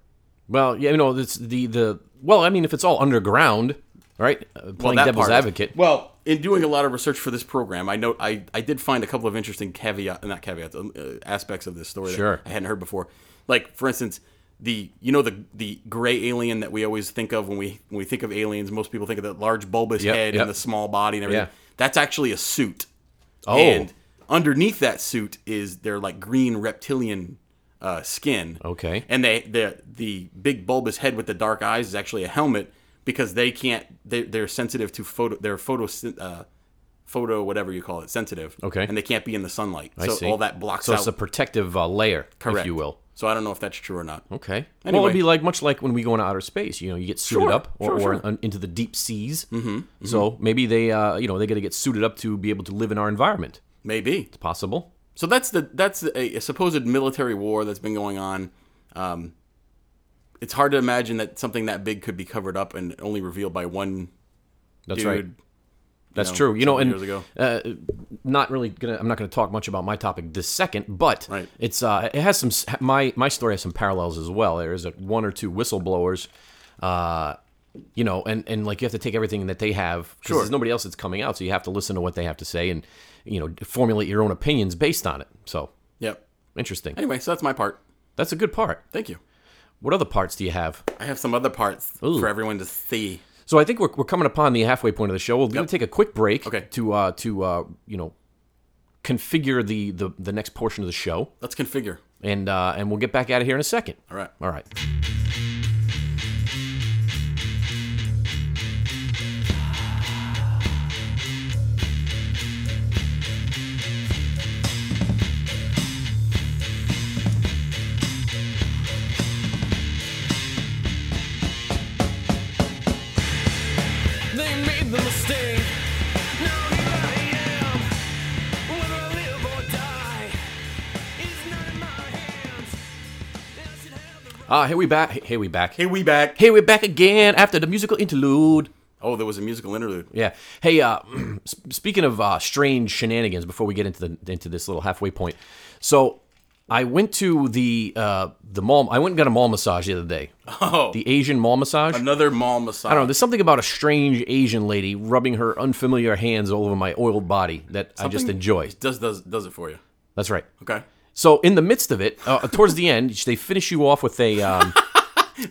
Speaker 1: Well, yeah, you know, it's the the well. I mean, if it's all underground, All right, uh, playing
Speaker 2: that
Speaker 1: devil's
Speaker 2: part.
Speaker 1: advocate.
Speaker 2: Well, in doing a lot of research for this program, I know I, I did find a couple of interesting caveat not caveats um, uh, aspects of this story
Speaker 1: Sure.
Speaker 2: that I hadn't heard before. Like for instance, the you know the the gray alien that we always think of when we when we think of aliens, most people think of the large bulbous
Speaker 1: Yep,
Speaker 2: head
Speaker 1: yep.
Speaker 2: and the small body and everything.
Speaker 1: Yeah.
Speaker 2: That's actually a suit.
Speaker 1: Oh.
Speaker 2: And underneath that suit is their like green reptilian uh, skin.
Speaker 1: Okay.
Speaker 2: And they the the big bulbous head with the dark eyes is actually a helmet because they can't they they're sensitive to photo they're photo uh, photo whatever you call it sensitive.
Speaker 1: Okay.
Speaker 2: And they can't be in the sunlight. so
Speaker 1: See?
Speaker 2: all that blocks
Speaker 1: so
Speaker 2: out.
Speaker 1: it's a protective uh, layer, if
Speaker 2: Correct.
Speaker 1: you will.
Speaker 2: So I don't know if that's true or not.
Speaker 1: Okay. Well,
Speaker 2: Anyway.
Speaker 1: it'd be like much like when we go into outer space. You know, you get suited
Speaker 2: Sure,
Speaker 1: up or,
Speaker 2: sure,
Speaker 1: or
Speaker 2: sure.
Speaker 1: un- into the deep seas. Mm-hmm, So maybe they, uh, you know, they got to get suited up to be able to live in our environment.
Speaker 2: Maybe.
Speaker 1: Possible.
Speaker 2: So that's the that's a, a supposed military war that's been going on. Um, it's hard to imagine that something that big could be covered up and only revealed by one
Speaker 1: That's
Speaker 2: dude.
Speaker 1: right. That's
Speaker 2: know,
Speaker 1: true. You know,
Speaker 2: seven
Speaker 1: and
Speaker 2: years ago.
Speaker 1: Uh, not really gonna. I'm not gonna talk much about my topic this second, but
Speaker 2: Right.
Speaker 1: it's uh, it has some. s- My my story has some parallels as well. There is a one or two whistleblowers. Uh, you know, and, and like you have to take everything that they have because
Speaker 2: Sure.
Speaker 1: there's nobody else that's coming out, so you have to listen to what they have to say and you know formulate your own opinions based on it. So
Speaker 2: Yep.
Speaker 1: interesting.
Speaker 2: Anyway, so that's my part.
Speaker 1: That's a good part.
Speaker 2: Thank you.
Speaker 1: What other parts do you have?
Speaker 2: I have some other parts for everyone to see.
Speaker 1: So I think we're, we're coming upon the halfway point of the show. We're going to take a quick break
Speaker 2: Okay.
Speaker 1: to uh, to uh, you know configure the, the the next portion of the show,
Speaker 2: Let's configure.
Speaker 1: and uh, and we'll get back out of here in a second.
Speaker 2: All right.
Speaker 1: All right.
Speaker 3: They made the mistake. Now here I am. Whether I live or die is not in my hands. And I should have the right.
Speaker 1: Uh, here we back. Here we back.
Speaker 2: Hey, we back.
Speaker 1: Here we back again after the musical interlude.
Speaker 2: Oh, there was a musical interlude.
Speaker 1: Yeah. Hey, uh, s- speaking of uh, strange shenanigans, before we get into the into this little halfway point, so I went to the uh, the mall. I went and got a mall massage the other day.
Speaker 2: Oh,
Speaker 1: The Asian mall massage.
Speaker 2: another mall massage.
Speaker 1: I don't know. There's something about a strange Asian lady rubbing her unfamiliar hands all over my oiled body that I just enjoy.
Speaker 2: Does does does it for you?
Speaker 1: That's right.
Speaker 2: Okay.
Speaker 1: So in the midst of it, uh, towards the end, they finish you off with a um,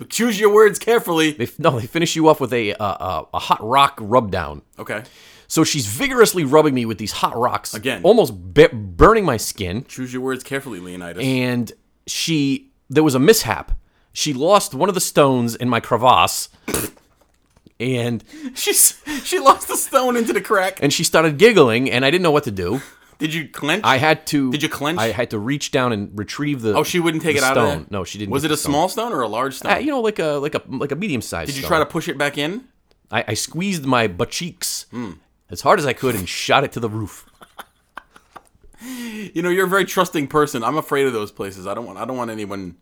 Speaker 2: Choose your words carefully.
Speaker 1: they, no, they finish you off with a uh, uh, a hot rock rub down.
Speaker 2: Okay.
Speaker 1: So she's vigorously rubbing me with these hot rocks
Speaker 2: Again.
Speaker 1: almost b- burning my skin.
Speaker 2: Choose your words carefully, Leonidas.
Speaker 1: And she there was a mishap. She lost one of the stones in my crevasse, and
Speaker 2: She's she lost the stone into the crack.
Speaker 1: and she started giggling, and I didn't know what to do.
Speaker 2: Did you clench?
Speaker 1: I had to.
Speaker 2: Did you clench?
Speaker 1: I had to reach down and retrieve the.
Speaker 2: oh, she wouldn't take
Speaker 1: the
Speaker 2: it out
Speaker 1: stone.
Speaker 2: of there.
Speaker 1: No, she didn't.
Speaker 2: Was
Speaker 1: get
Speaker 2: it a
Speaker 1: the stone.
Speaker 2: small stone or a large stone?
Speaker 1: Uh, you know, like a like a like a medium sized.
Speaker 2: Did you try to push it back in?
Speaker 1: I, I squeezed my butt cheeks
Speaker 2: Hmm.
Speaker 1: as hard as I could and shot it to the roof.
Speaker 2: You know, you're a very trusting person. I'm afraid of those places. I don't want. I don't want anyone.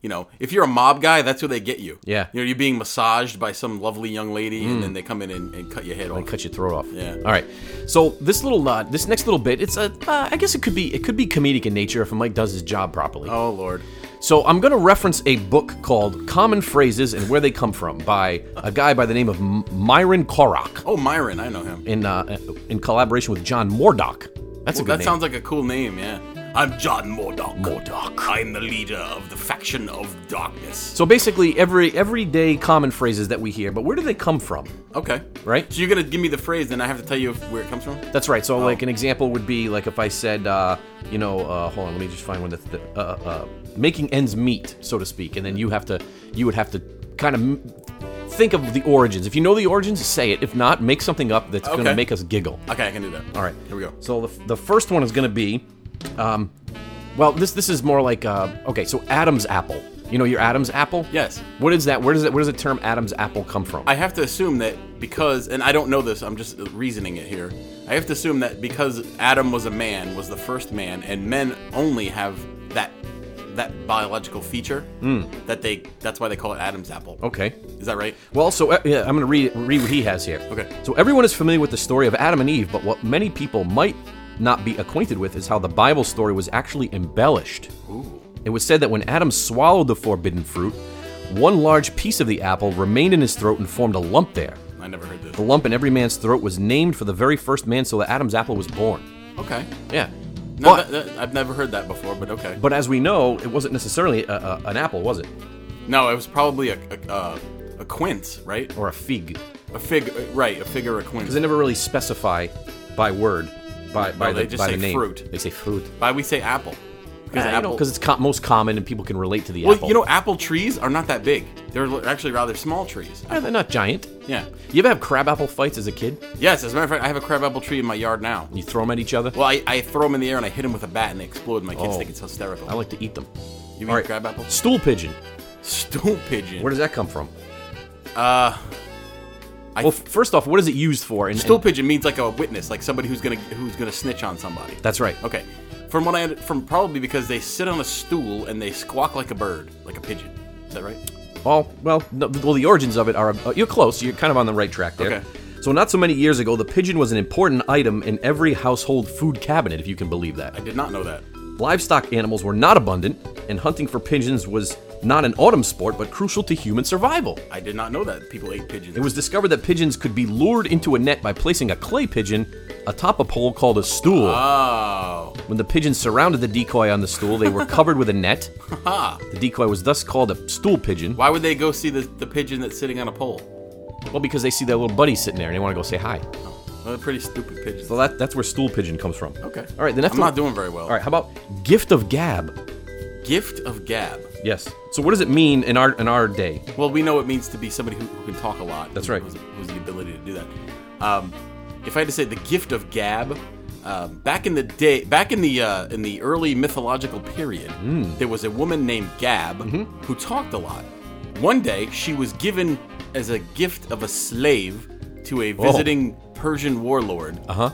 Speaker 2: You know, if you're a mob guy, that's where they get you.
Speaker 1: Yeah. Mm.
Speaker 2: You know, you're being massaged by some lovely young lady, and then they come in and, and cut your head off.
Speaker 1: Cut your throat off.
Speaker 2: Yeah.
Speaker 1: All right. So this little uh, this next little bit, it's a uh, I guess it could be it could be comedic in nature if Mike does his job properly.
Speaker 2: Oh Lord.
Speaker 1: So I'm going to reference a book called Common Phrases and Where They Come From by a guy by the name of M- Myron Korok
Speaker 2: Oh Myron, I know him.
Speaker 1: in uh, in collaboration with John Mordock. That's a
Speaker 2: Well,
Speaker 1: good
Speaker 2: that
Speaker 1: name.
Speaker 2: sounds like a cool name. Yeah. I'm John Mordock. Mordock. I'm the leader of the faction of darkness.
Speaker 1: So basically, every everyday common phrases that we hear, but where do they come from?
Speaker 2: Okay.
Speaker 1: Right?
Speaker 2: So you're gonna give me the phrase, then I have to tell you if- where it comes from.
Speaker 1: That's right. So
Speaker 2: Oh.
Speaker 1: like an example would be like if I said, uh, you know, uh, hold on, let me just find one that's the, uh, uh, making ends meet, so to speak, and then you have to, you would have to kind of m- think of the origins. If you know the origins, say it. If not, make something up that's going to
Speaker 2: Okay.
Speaker 1: make us giggle.
Speaker 2: Okay, I can do that.
Speaker 1: All right,
Speaker 2: Here we go.
Speaker 1: So the, the first one is going to be, um, well, this this is more like uh, okay, so Adam's apple. You know your Adam's apple?
Speaker 2: Yes.
Speaker 1: What is that? Where does it? Where does the term Adam's apple come from?
Speaker 2: I have to assume that because, and I don't know this, I'm just reasoning it here. I have to assume that because Adam was a man, was the first man, and men only have that that biological feature
Speaker 1: Hmm.
Speaker 2: that they that's why they call it Adam's apple.
Speaker 1: okay.
Speaker 2: Is that right?
Speaker 1: Well, so uh, yeah, I'm going to read read what he has here.
Speaker 2: Okay.
Speaker 1: So everyone is familiar with the story of Adam and Eve, but what many people might not be acquainted with is how the Bible story was actually embellished. It was said that when Adam swallowed the forbidden fruit, one large piece of the apple remained in his throat and formed a lump there.
Speaker 2: I never heard this.
Speaker 1: The lump in every man's throat was named for the very first man, so the Adam's apple was born.
Speaker 2: Okay.
Speaker 1: Yeah.
Speaker 2: No,
Speaker 1: but,
Speaker 2: that- that- I've never heard that before, but okay.
Speaker 1: but as we know, it wasn't necessarily a, a, an apple, was it?
Speaker 2: No, it was probably a a, a, a quince, right?
Speaker 1: Or a fig.
Speaker 2: A fig, right? A fig or a quince.
Speaker 1: Because they never really specify by word, by, by,
Speaker 2: No,
Speaker 1: the,
Speaker 2: they just
Speaker 1: by
Speaker 2: say
Speaker 1: the name.
Speaker 2: fruit.
Speaker 1: They say fruit. Uh,
Speaker 2: Why we say apple? Because apple.
Speaker 1: Because it's co- most common and people can relate to the
Speaker 2: well,
Speaker 1: apple.
Speaker 2: you know, apple trees are not that big. They're li- actually rather small trees.
Speaker 1: Yeah, they're not giant.
Speaker 2: Yeah.
Speaker 1: You ever have crabapple fights as a kid?
Speaker 2: Yes. As a matter of fact, I have a crabapple tree in my yard now.
Speaker 1: You throw them at each other?
Speaker 2: Well, I, I throw them in the air and I hit them with a bat and they explode. My kids
Speaker 1: Oh.
Speaker 2: think it's hysterical.
Speaker 1: I like to eat them.
Speaker 2: you
Speaker 1: All
Speaker 2: eat
Speaker 1: right.
Speaker 2: crab apple?
Speaker 1: Stool pigeon.
Speaker 2: Stool pigeon.
Speaker 1: Where does that come from?
Speaker 2: uh,
Speaker 1: Well, f- first off, what is it used for? And,
Speaker 2: stool
Speaker 1: and-
Speaker 2: pigeon means like a witness, like somebody who's gonna who's gonna snitch on somebody.
Speaker 1: that's right.
Speaker 2: Okay. From what I under- from probably because they sit on a stool and they squawk like a bird, like a pigeon. Is that right?
Speaker 1: Oh, well, no, well, the origins of it are. Uh, you're close. You're kind of on the right track there.
Speaker 2: Okay.
Speaker 1: So, not so many years ago, the pigeon was an important item in every household food cabinet, if you can believe that.
Speaker 2: I did not know that.
Speaker 1: Livestock animals were not abundant, and hunting for pigeons was not an autumn sport, but crucial to human survival.
Speaker 2: I did not know that people ate pigeons.
Speaker 1: It was discovered that pigeons could be lured into a net by placing a clay pigeon atop a pole called a stool.
Speaker 2: oh,
Speaker 1: When the pigeons surrounded the decoy on the stool, they were covered with a net. The decoy was thus called a stool pigeon.
Speaker 2: why would they go see the, the pigeon that's sitting on a pole?
Speaker 1: Well, because they see their little buddy sitting there and they want to go say hi.
Speaker 2: Well, they're pretty stupid pigeons.
Speaker 1: So that, that's where stool pigeon comes from.
Speaker 2: Okay.
Speaker 1: All right, the next
Speaker 2: I'm
Speaker 1: one-
Speaker 2: not doing very well.
Speaker 1: All right, how about gift of gab?
Speaker 2: Gift of gab.
Speaker 1: Yes. So what does it mean in our in our day?
Speaker 2: Well, we know it means to be somebody who, who can talk a lot.
Speaker 1: That's right.
Speaker 2: Who's, who's the ability to do that. Um, if I had to say the gift of gab, um, back in the day, back in the uh, in the early mythological period,
Speaker 1: Hmm.
Speaker 2: there was a woman named Gab
Speaker 1: Mm-hmm.
Speaker 2: who talked a lot. One day, she was given as a gift of a slave to a visiting Persian warlord.
Speaker 1: Oh. Uh huh.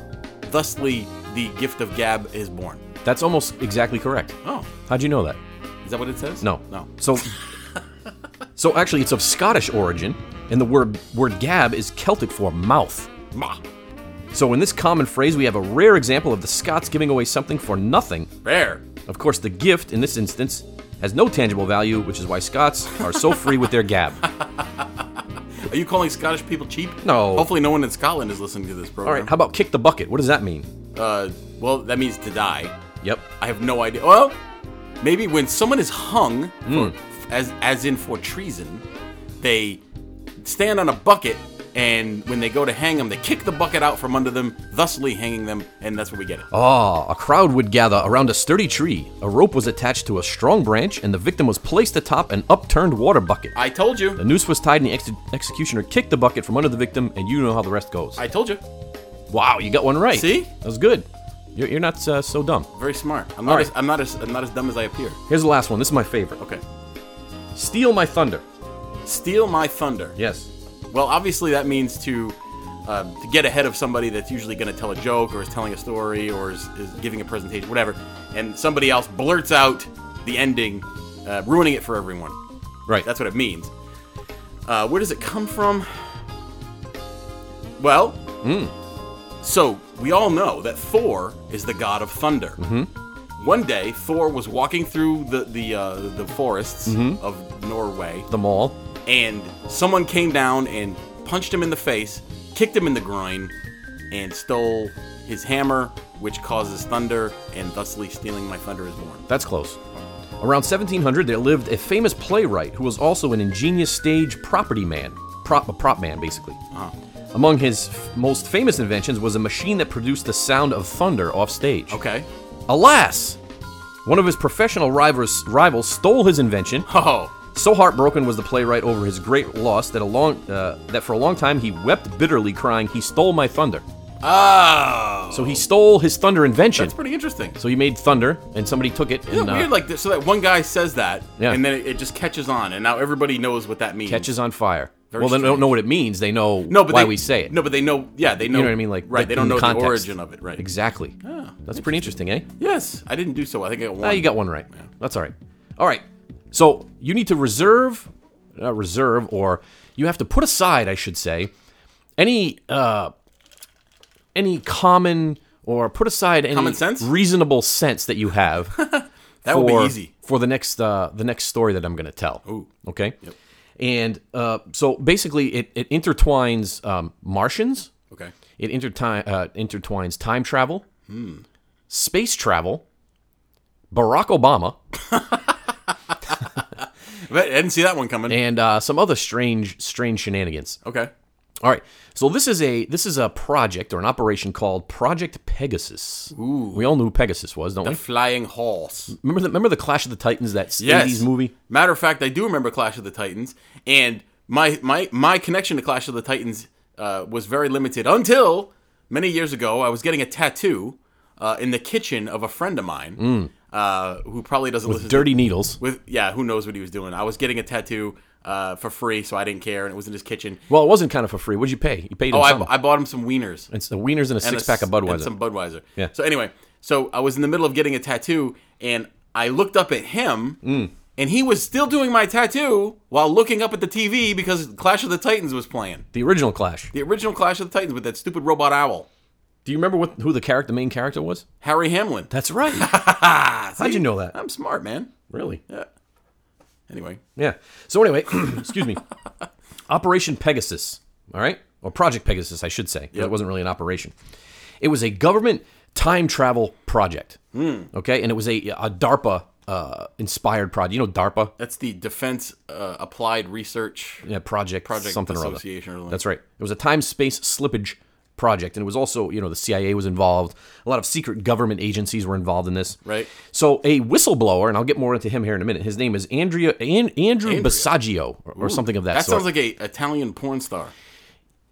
Speaker 2: Thusly, the gift of Gab is born.
Speaker 1: That's almost exactly correct.
Speaker 2: Oh,
Speaker 1: How'd you know that?
Speaker 2: is that what it says?
Speaker 1: No.
Speaker 2: no.
Speaker 1: So So actually it's of Scottish origin, and the word word gab is Celtic for mouth.
Speaker 2: Ma,
Speaker 1: So in this common phrase we have a rare example of the Scots giving away something for nothing.
Speaker 2: bear.
Speaker 1: Of course the gift in this instance has no tangible value, which is why Scots are so free with their gab.
Speaker 2: Are you calling Scottish people cheap?
Speaker 1: No.
Speaker 2: Hopefully, no one in Scotland is listening to this
Speaker 1: All
Speaker 2: program.
Speaker 1: right, how about kick the bucket? What does that mean?
Speaker 2: Uh, well, that means to die.
Speaker 1: Yep.
Speaker 2: I have no idea. Well, maybe when someone is hung,
Speaker 1: Hmm.
Speaker 2: for, as as in for treason, they stand on a bucket, and when they go to hang them, they kick the bucket out from under them, thusly hanging them, and that's where we get it.
Speaker 1: Ah, a crowd would gather around a sturdy tree. A rope was attached to a strong branch, and the victim was placed atop an upturned water bucket.
Speaker 2: I told
Speaker 1: The
Speaker 2: you.
Speaker 1: noose was tied, and the ex- executioner kicked the bucket from under the victim, and you know how the rest goes.
Speaker 2: I told you.
Speaker 1: wow, you got one right.
Speaker 2: See?
Speaker 1: That was good. You're, you're not uh, so dumb.
Speaker 2: Very smart. I'm not.
Speaker 1: right.
Speaker 2: As, I'm not as. I'm not as dumb as I appear.
Speaker 1: Here's the last one. This is my favorite.
Speaker 2: Okay.
Speaker 1: Steal my thunder.
Speaker 2: Steal my thunder.
Speaker 1: Yes.
Speaker 2: Well, obviously that means to uh, to get ahead of somebody that's usually going to tell a joke or is telling a story or is, is giving a presentation, whatever, and somebody else blurts out the ending, uh, ruining it for everyone.
Speaker 1: Right.
Speaker 2: That's what it means. Uh, where does it come from? Well, so we all know that Thor is the god of thunder. One day, Thor was walking through the the uh, the forests of Norway,
Speaker 1: the mall.
Speaker 2: and someone came down and punched him in the face, kicked him in the groin, and stole his hammer, which causes thunder, and thusly stealing my thunder is born.
Speaker 1: That's close. Around 1700, there lived a famous playwright who was also an ingenious stage property man, prop, a prop man, basically.
Speaker 2: Ah. Uh-huh.
Speaker 1: Among his f- most famous inventions was a machine that produced the sound of thunder off stage.
Speaker 2: Okay.
Speaker 1: Alas! One of his professional rivals, rivals stole his invention.
Speaker 2: Oh,
Speaker 1: So heartbroken was the playwright over his great loss that, a long, uh, that for a long time he wept bitterly, crying, He stole my thunder.
Speaker 2: oh,
Speaker 1: So he stole his thunder invention.
Speaker 2: that's pretty interesting.
Speaker 1: So he made thunder, and somebody took it
Speaker 2: Isn't
Speaker 1: and
Speaker 2: it
Speaker 1: uh,
Speaker 2: weird like this? So that one guy says that,
Speaker 1: Yeah.
Speaker 2: and then it, it just catches on, and now everybody knows what that means.
Speaker 1: catches on fire. well, they
Speaker 2: strange.
Speaker 1: don't know what it means. They know
Speaker 2: no, but
Speaker 1: why
Speaker 2: they,
Speaker 1: we say it.
Speaker 2: No, but they know. Yeah, they know.
Speaker 1: you know what I mean? Like
Speaker 2: right?
Speaker 1: the-
Speaker 2: they don't
Speaker 1: in
Speaker 2: know the
Speaker 1: context.
Speaker 2: origin of it. Right.
Speaker 1: Exactly.
Speaker 2: Ah,
Speaker 1: That's pretty interesting, eh?
Speaker 2: Yes, I didn't do so. I think I got one.
Speaker 1: Ah, you got one right. That's all right. All right. So you need to reserve, not reserve, or you have to put aside, I should say, any uh, any common or put aside any
Speaker 2: Common sense?
Speaker 1: reasonable sense that you have.
Speaker 2: that
Speaker 1: for,
Speaker 2: would be easy.
Speaker 1: for the next uh, the next story that I'm going to tell. Ooh. Okay. Yep. And uh, so basically, it, it intertwines um, Martians,
Speaker 2: Okay.
Speaker 1: it interti- uh, intertwines time travel, space travel, Barack Obama,
Speaker 2: I didn't see that one coming.
Speaker 1: and uh, some other strange, strange shenanigans.
Speaker 2: Okay.
Speaker 1: All right. So this is a this is a project or an operation called Project Pegasus. Ooh. We all knew who Pegasus was, don't we?
Speaker 2: Flying horse.
Speaker 1: Remember the remember the Clash of the Titans that
Speaker 2: Yes.
Speaker 1: 80s movie?
Speaker 2: Matter of fact, I do remember Clash of the Titans, and my my my connection to Clash of the Titans uh, was very limited until many years ago. I was getting a tattoo uh, in the kitchen of a friend of mine uh, who probably doesn't listen.
Speaker 1: Dirty Needles.
Speaker 2: To, with yeah, who knows what he was doing? I was getting a tattoo uh, for free, so I didn't care, and it was in his kitchen.
Speaker 1: Well, it wasn't kind of for free. What'd you pay? You paid him
Speaker 2: Oh,
Speaker 1: something.
Speaker 2: I, I bought him some wieners.
Speaker 1: it's the wieners and a
Speaker 2: and
Speaker 1: six
Speaker 2: a
Speaker 1: pack of
Speaker 2: s- and
Speaker 1: Budweiser.
Speaker 2: some Budweiser.
Speaker 1: Yeah.
Speaker 2: So anyway, so I was in the middle of getting a tattoo, and I looked up at him,
Speaker 1: Mm.
Speaker 2: and he was still doing my tattoo while looking up at the TV because Clash of the Titans was playing
Speaker 1: the original Clash.
Speaker 2: the original Clash of the Titans with that stupid robot owl,
Speaker 1: Do you remember what who the character, the main character was?
Speaker 2: Harry Hamlin.
Speaker 1: That's right. How'd you know that?
Speaker 2: I'm smart, man.
Speaker 1: Really? Yeah.
Speaker 2: Anyway,
Speaker 1: So anyway, excuse me. Operation Pegasus. All right, or Project Pegasus, I should say. 'cause It wasn't really an operation. It was a government time travel project.
Speaker 2: Hmm.
Speaker 1: Okay, and it was a a DARPA uh, inspired project. You know DARPA.
Speaker 2: that's the Defense uh, Applied Research.
Speaker 1: Yeah, project,
Speaker 2: Project
Speaker 1: something or other.
Speaker 2: Association or something.
Speaker 1: That's right. It was a time space slippage project, and it was also you know the CIA was involved. A lot of secret government agencies were involved in this.
Speaker 2: Right.
Speaker 1: So a whistleblower, and I'll get more into him here in a minute. His name is Andrea An- Andrew Basaggio or, or something of that,
Speaker 2: That
Speaker 1: sort.
Speaker 2: sounds like a Italian porn star.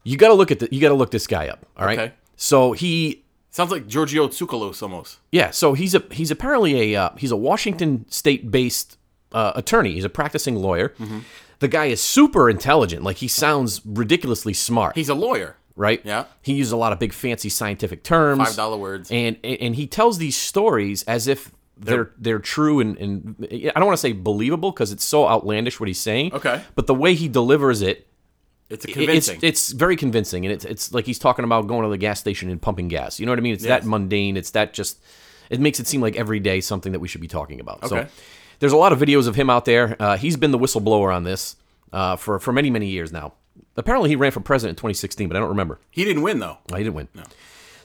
Speaker 1: you got to look at the, you got to look this guy up. All right.
Speaker 2: Okay.
Speaker 1: So he
Speaker 2: Sounds like Giorgio Tsoukalos almost.
Speaker 1: Yeah, so he's a he's apparently a uh, he's a Washington state based uh, attorney. He's a practicing lawyer.
Speaker 2: Mm-hmm.
Speaker 1: The guy is super intelligent. Like he sounds ridiculously smart,
Speaker 2: He's a lawyer.
Speaker 1: right?
Speaker 2: Yeah.
Speaker 1: He uses a lot of big fancy scientific terms,
Speaker 2: Five dollar words.
Speaker 1: and and and he tells these stories as if they're they're true and and I don't want to say believable because it's so outlandish what he's saying.
Speaker 2: Okay.
Speaker 1: but the way he delivers it.
Speaker 2: It's a
Speaker 1: i- It's,
Speaker 2: convincing.
Speaker 1: it's very convincing, and it's it's like he's talking about going to the gas station and pumping gas. You know what I mean? It's that mundane. It's that just. It makes it seem like every day something that we should be talking about. So
Speaker 2: Okay.
Speaker 1: there's a lot of videos of him out there. Uh, he's been the whistleblower on this uh, for for many many years now. Apparently, he ran for president in 2016, but I don't remember.
Speaker 2: he didn't win though.
Speaker 1: No, he didn't win.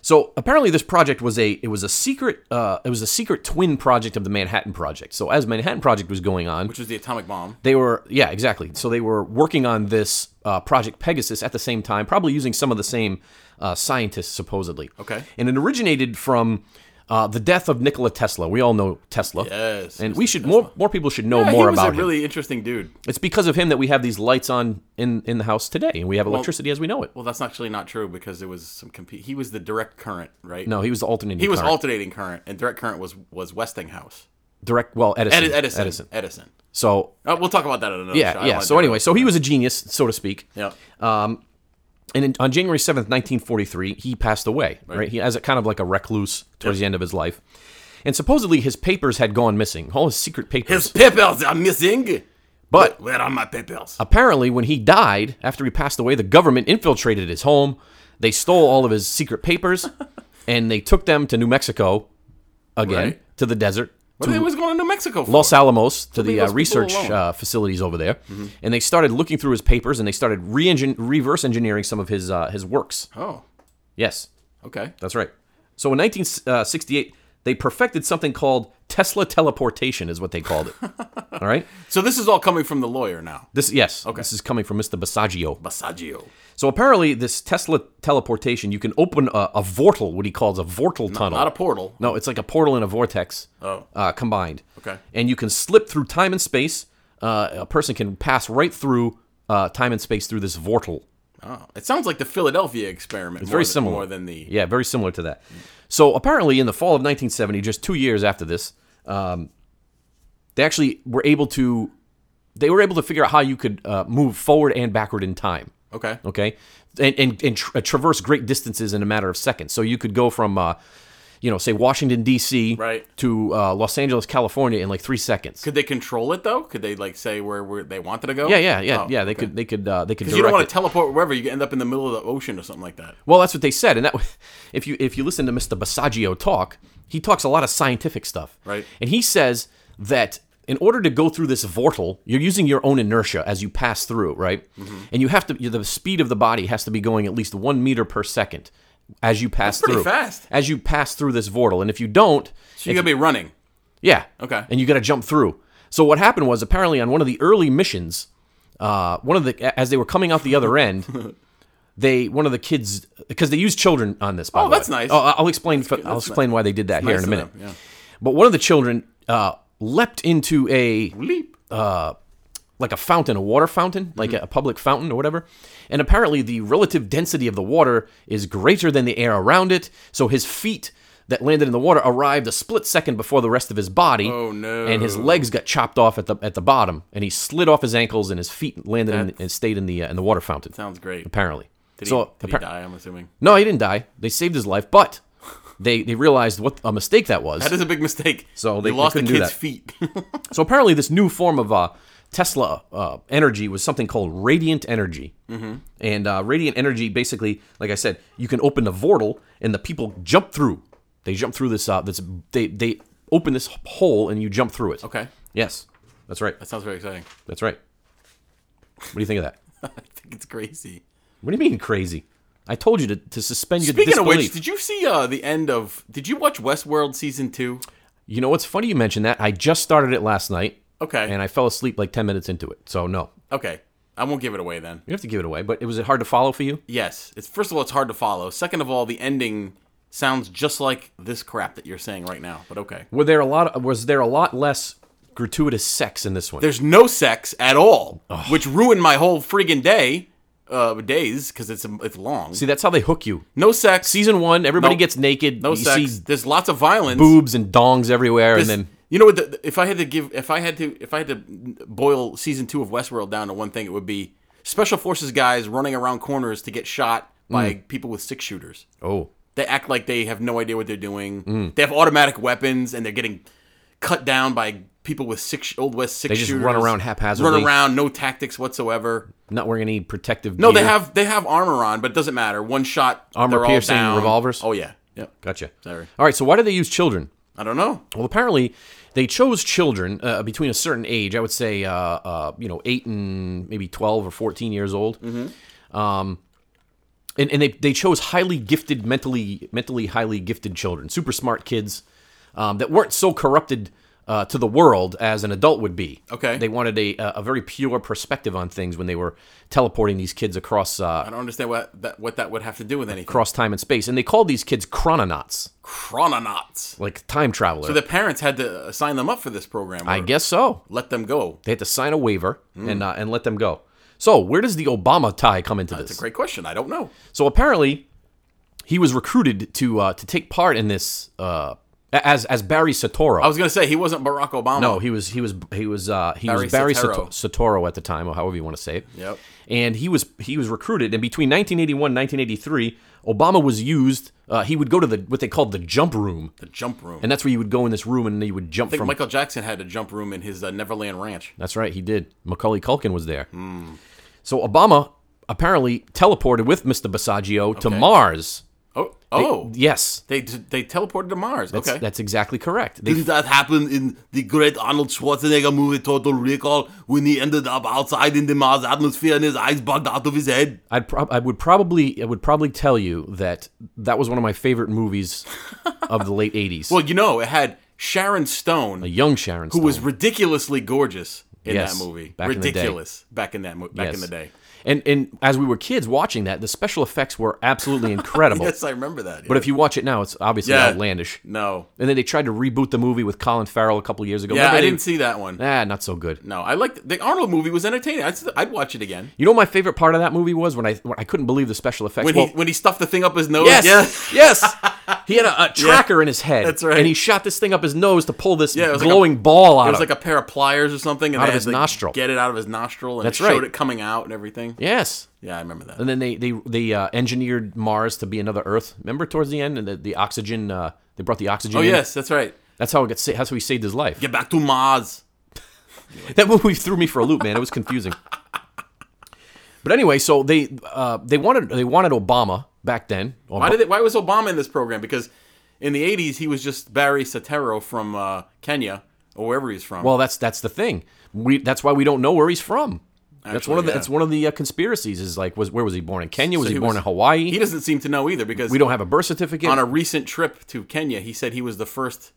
Speaker 1: So apparently, this project was a it was a secret uh, it was a secret twin project of the Manhattan Project. So as Manhattan Project was going on,
Speaker 2: which was the atomic bomb.
Speaker 1: they were yeah exactly. So they were working on this uh, project Pegasus at the same time, probably using some of the same uh, scientists supposedly.
Speaker 2: Okay.
Speaker 1: and it originated from. Uh, the death of Nikola Tesla. We all know Tesla.
Speaker 2: Yes,
Speaker 1: and we should more more people should know
Speaker 2: Yeah,
Speaker 1: more
Speaker 2: he was
Speaker 1: about
Speaker 2: a
Speaker 1: him.
Speaker 2: really interesting dude.
Speaker 1: it's because of him that we have these lights on in, in the house today, and we have electricity as we know it.
Speaker 2: Well, that's actually not true because there was some compete. He was the direct current, right?
Speaker 1: No, he was the alternating.
Speaker 2: he was
Speaker 1: current.
Speaker 2: alternating current, and direct current was was Westinghouse,
Speaker 1: direct. Well, Edison.
Speaker 2: Edi- Edison,
Speaker 1: Edison.
Speaker 2: Edison.
Speaker 1: So
Speaker 2: Uh, we'll talk about that in another.
Speaker 1: yeah,
Speaker 2: shot. I don't
Speaker 1: yeah.
Speaker 2: wanna
Speaker 1: So
Speaker 2: do
Speaker 1: anyway, Uh,
Speaker 2: it.
Speaker 1: so he was a genius, so to speak.
Speaker 2: yeah,
Speaker 1: And in, on January seventh, nineteen forty-three, he passed away. Right. He as a kind of like a recluse towards the end of his life, and supposedly his papers had gone missing. All his secret papers.
Speaker 2: his papers are missing.
Speaker 1: But-
Speaker 2: where are my papers?
Speaker 1: Apparently, when he died, after he passed away, the government infiltrated his home. They stole all of his secret papers, and they took them to New Mexico, again
Speaker 2: Right.
Speaker 1: to the desert.
Speaker 2: what
Speaker 1: to
Speaker 2: they was going to New Mexico for?
Speaker 1: Los Alamos to
Speaker 2: leave
Speaker 1: the uh,
Speaker 2: those people
Speaker 1: research
Speaker 2: alone. Mm-hmm.
Speaker 1: uh, facilities over there, and they started looking through his papers and they started re-engin- reverse engineering some of his uh, his works.
Speaker 2: oh,
Speaker 1: Yes,
Speaker 2: okay.
Speaker 1: that's right. So in 1968, they perfected something called Tesla teleportation, is what they called it. All right.
Speaker 2: So this is all coming from the lawyer now,
Speaker 1: This yes, this is coming from Mr. Basaggio.
Speaker 2: Basaggio.
Speaker 1: So apparently, this Tesla teleportation, you can open a, a vortal, what he calls a vortal tunnel.
Speaker 2: Not a portal.
Speaker 1: No, it's like a portal and a vortex
Speaker 2: Oh.
Speaker 1: uh, combined.
Speaker 2: Okay.
Speaker 1: And you can slip through time and space. Uh, a person can pass right through uh, time and space through this vortal.
Speaker 2: Oh, it sounds like the Philadelphia experiment. It's
Speaker 1: Very similar.
Speaker 2: more than the
Speaker 1: Yeah, very similar to that. So apparently, in the fall of 1970, just two years after this, um, they actually were able to they were able to figure out how you could uh, move forward and backward in time.
Speaker 2: okay.
Speaker 1: okay and and, and tra- traverse great distances in a matter of seconds so you could go from uh, you know say washington d.c
Speaker 2: Right.
Speaker 1: to uh, los angeles california in like three seconds
Speaker 2: Could they control it though? Could they like say where, where they wanted to go?
Speaker 1: yeah yeah yeah
Speaker 2: Oh,
Speaker 1: yeah they
Speaker 2: okay.
Speaker 1: could they could uh, they could
Speaker 2: Because you don't
Speaker 1: direct
Speaker 2: want
Speaker 1: it.
Speaker 2: to teleport wherever you end up in the middle of the ocean or something like that.
Speaker 1: well that's what they said and that if you if you listen to mr basaggio talk he talks a lot of scientific stuff
Speaker 2: Right.
Speaker 1: and he says that in order to go through this vortal, you're using your own inertia as you pass through, right?
Speaker 2: Mm-hmm.
Speaker 1: And you have to, the speed of the body has to be going at least one meter per second as you pass
Speaker 2: pretty
Speaker 1: through.
Speaker 2: fast.
Speaker 1: As you pass through this vortal. And if you don't,
Speaker 2: So you gotta be running.
Speaker 1: yeah.
Speaker 2: Okay.
Speaker 1: And you got to jump through. So what happened was apparently on one of the early missions, uh, one of the as they were coming out the other end, they one of the kids because they use children on this. By
Speaker 2: Oh,
Speaker 1: the way.
Speaker 2: that's nice.
Speaker 1: Oh, I- I'll explain. I'll
Speaker 2: that's
Speaker 1: explain why they did that here
Speaker 2: nice
Speaker 1: in a minute.
Speaker 2: of them, yeah.
Speaker 1: But one of the children uh, leapt into a
Speaker 2: Leap.
Speaker 1: uh, like a fountain, a water fountain, like
Speaker 2: Mm-hmm.
Speaker 1: a, a public fountain or whatever. And apparently, the relative density of the water is greater than the air around it. So his feet that landed in the water arrived a split second before the rest of his body.
Speaker 2: Oh, no.
Speaker 1: And his legs got chopped off at the at the bottom, and he slid off his ankles, and his feet landed in, and stayed in the uh, in the water fountain.
Speaker 2: Sounds great.
Speaker 1: Apparently,
Speaker 2: Did,
Speaker 1: so
Speaker 2: he, did
Speaker 1: appar-
Speaker 2: he die, I'm assuming?
Speaker 1: no, he didn't die. They saved his life, but. They, they realized what a mistake that was.
Speaker 2: That is a big mistake.
Speaker 1: So
Speaker 2: You
Speaker 1: they- they
Speaker 2: lost the
Speaker 1: couldn't do
Speaker 2: kid's
Speaker 1: that.
Speaker 2: feet.
Speaker 1: So apparently, this new form of uh, Tesla uh, energy was something called radiant energy. Mm-hmm. And uh, radiant energy, basically, like I said, you can open the vortal, and the people jump through. They jump through this. Uh, this they they open this hole, and you jump through it.
Speaker 2: okay.
Speaker 1: Yes, that's right.
Speaker 2: That sounds very exciting.
Speaker 1: That's right. What do you think of that?
Speaker 2: I think it's crazy.
Speaker 1: What do you mean crazy? I told you to, to suspend your
Speaker 2: Speaking
Speaker 1: disbelief.
Speaker 2: of which, did you see uh, the end of? Did you watch Westworld season two?
Speaker 1: you know what's funny? You mentioned that. I just started it last night,
Speaker 2: Okay.
Speaker 1: and I fell asleep like ten minutes into it. So no,
Speaker 2: okay. I won't give it away then.
Speaker 1: you have to give it away. But it was it hard to follow for you?
Speaker 2: Yes. It's first of all, it's hard to follow. Second of all, the ending sounds just like this crap that you're saying right now. But okay.
Speaker 1: Were there a lot? was there a lot less gratuitous sex in this one?
Speaker 2: There's no sex at all, which ruined my whole friggin' day, uh, days because it's it's long.
Speaker 1: See, that's how they hook you.
Speaker 2: no sex.
Speaker 1: Season one, everybody
Speaker 2: Nope.
Speaker 1: gets naked.
Speaker 2: no
Speaker 1: you
Speaker 2: sex.
Speaker 1: see
Speaker 2: There's lots of violence.
Speaker 1: boobs and dongs everywhere,
Speaker 2: This-
Speaker 1: and then
Speaker 2: you know what? The, if I had to give, if I had to, if I had to boil season two of Westworld down to one thing, it would be special forces guys running around corners to get shot by
Speaker 1: Mm.
Speaker 2: people with six shooters.
Speaker 1: oh,
Speaker 2: They act like they have no idea what they're doing.
Speaker 1: Mm.
Speaker 2: They have automatic weapons, and they're getting cut down by people with six old west six.
Speaker 1: They just
Speaker 2: shooters.
Speaker 1: run around haphazardly.
Speaker 2: Run around, no tactics whatsoever.
Speaker 1: not wearing any protective.
Speaker 2: No, they have they have armor on, but it doesn't matter. One shot,
Speaker 1: Armor
Speaker 2: they're all
Speaker 1: piercing
Speaker 2: down.
Speaker 1: revolvers?
Speaker 2: Oh yeah, yep.
Speaker 1: Gotcha.
Speaker 2: Sorry.
Speaker 1: All right. So why do they use children?
Speaker 2: I don't know.
Speaker 1: Well, apparently they chose children uh, between a certain age. I would say, uh, uh, you know, eight and maybe twelve or fourteen years old.
Speaker 2: Mm-hmm.
Speaker 1: Um, and, and they, they chose highly gifted, mentally mentally highly gifted children, super smart kids um, that weren't so corrupted uh, to the world as an adult would be.
Speaker 2: Okay.
Speaker 1: they wanted a a very pure perspective on things when they were teleporting these kids across
Speaker 2: I
Speaker 1: uh,
Speaker 2: don't understand what that what that would have to do with anything.
Speaker 1: across time and space, and they called these kids chrononauts,
Speaker 2: Chrononauts.
Speaker 1: like time travelers.
Speaker 2: So the parents had to sign them up for this program.
Speaker 1: I
Speaker 2: or
Speaker 1: guess so.
Speaker 2: Let them go.
Speaker 1: They had to sign a waiver and uh, and let them go. So where does the Obama tie come into
Speaker 2: It's
Speaker 1: this?
Speaker 2: a great question. I don't know.
Speaker 1: so apparently, he was recruited to uh, to take part in this uh, a- as as Barry Satoro.
Speaker 2: I was gonna say he wasn't Barack Obama.
Speaker 1: no, he was he was he was uh, he
Speaker 2: Barry
Speaker 1: was Barry
Speaker 2: Sotero.
Speaker 1: Sotoro. Satoro at the time, or however you want to say it.
Speaker 2: Yep.
Speaker 1: And he was he was recruited, and between 1981 1983, Obama was used. Uh, he would go to the what they called the jump room,
Speaker 2: the jump room.
Speaker 1: and that's where you would go in this room and you would jump
Speaker 2: I think
Speaker 1: from
Speaker 2: Michael Jackson had a jump room in his uh, Neverland Ranch.
Speaker 1: That's right, he did. Macaulay Culkin was there. So Obama apparently teleported with Mr. Basaggio to Mars.
Speaker 2: Oh, oh,
Speaker 1: Yes,
Speaker 2: they d- they teleported to Mars.
Speaker 1: that's,
Speaker 2: okay.
Speaker 1: that's exactly correct. They,
Speaker 2: that happen in the great Arnold Schwarzenegger movie Total Recall when he ended up outside in the Mars atmosphere and his eyes bugged out of his head?
Speaker 1: I'd prob- I would probably I would probably tell you that that was one of my favorite movies of the late '80s.
Speaker 2: Well, you know, it had Sharon Stone,
Speaker 1: a young Sharon
Speaker 2: who was ridiculously gorgeous in
Speaker 1: Yes,
Speaker 2: that movie.
Speaker 1: back in the day.
Speaker 2: ridiculous back in that mo- back in the day.
Speaker 1: And and as we were kids watching that, the special effects were absolutely incredible.
Speaker 2: Yes, I remember that.
Speaker 1: But if you watch it now, it's obviously
Speaker 2: Yeah.
Speaker 1: outlandish.
Speaker 2: no,
Speaker 1: And then they tried to reboot the movie with Colin Farrell a couple years ago.
Speaker 2: yeah,
Speaker 1: Remember
Speaker 2: I
Speaker 1: they-
Speaker 2: didn't see that one.
Speaker 1: Nah, not so good.
Speaker 2: No, I liked the Arnold movie was entertaining. I'd, st- I'd watch it again.
Speaker 1: You know, what my favorite part of that movie was when I when I couldn't believe the special effects.
Speaker 2: When
Speaker 1: Well,
Speaker 2: he when he stuffed the thing up his nose.
Speaker 1: yes, yes, he had a, a tracker in his head.
Speaker 2: That's right.
Speaker 1: And he shot this thing up his nose to pull this
Speaker 2: Yeah, it was like a-
Speaker 1: glowing ball out
Speaker 2: It was
Speaker 1: of.
Speaker 2: like a pair of pliers or something, and
Speaker 1: Out
Speaker 2: they
Speaker 1: of
Speaker 2: had
Speaker 1: his
Speaker 2: to
Speaker 1: nostril.
Speaker 2: Get it out of his nostril, and
Speaker 1: That's
Speaker 2: it showed
Speaker 1: right.
Speaker 2: it coming out and everything. Yeah,
Speaker 1: yes.
Speaker 2: I remember that.
Speaker 1: And then they they they uh, engineered Mars to be another Earth. Remember towards the end, and the, the oxygen. Uh, they brought the oxygen.
Speaker 2: oh
Speaker 1: in?
Speaker 2: yes, that's right.
Speaker 1: That's how it got. Sa- that's how he saved his life.
Speaker 2: Get back to Mars.
Speaker 1: That movie threw me for a loop, man. It was confusing. but anyway, so they uh, they wanted they wanted Obama back then.
Speaker 2: Why did it, why was Obama in this program? Because in the '80s he was just Barry Sotero from uh, Kenya or wherever he's from.
Speaker 1: Well, that's that's the thing. We that's why we don't know where he's from. that's
Speaker 2: Actually,
Speaker 1: one of the
Speaker 2: yeah.
Speaker 1: that's one of the uh, conspiracies. Is like, was where was he born in Kenya? Was
Speaker 2: So
Speaker 1: he,
Speaker 2: he
Speaker 1: born
Speaker 2: was-
Speaker 1: in Hawaii?
Speaker 2: he doesn't seem to know either because
Speaker 1: we don't have a birth certificate.
Speaker 2: on a recent trip to Kenya, he said he was the first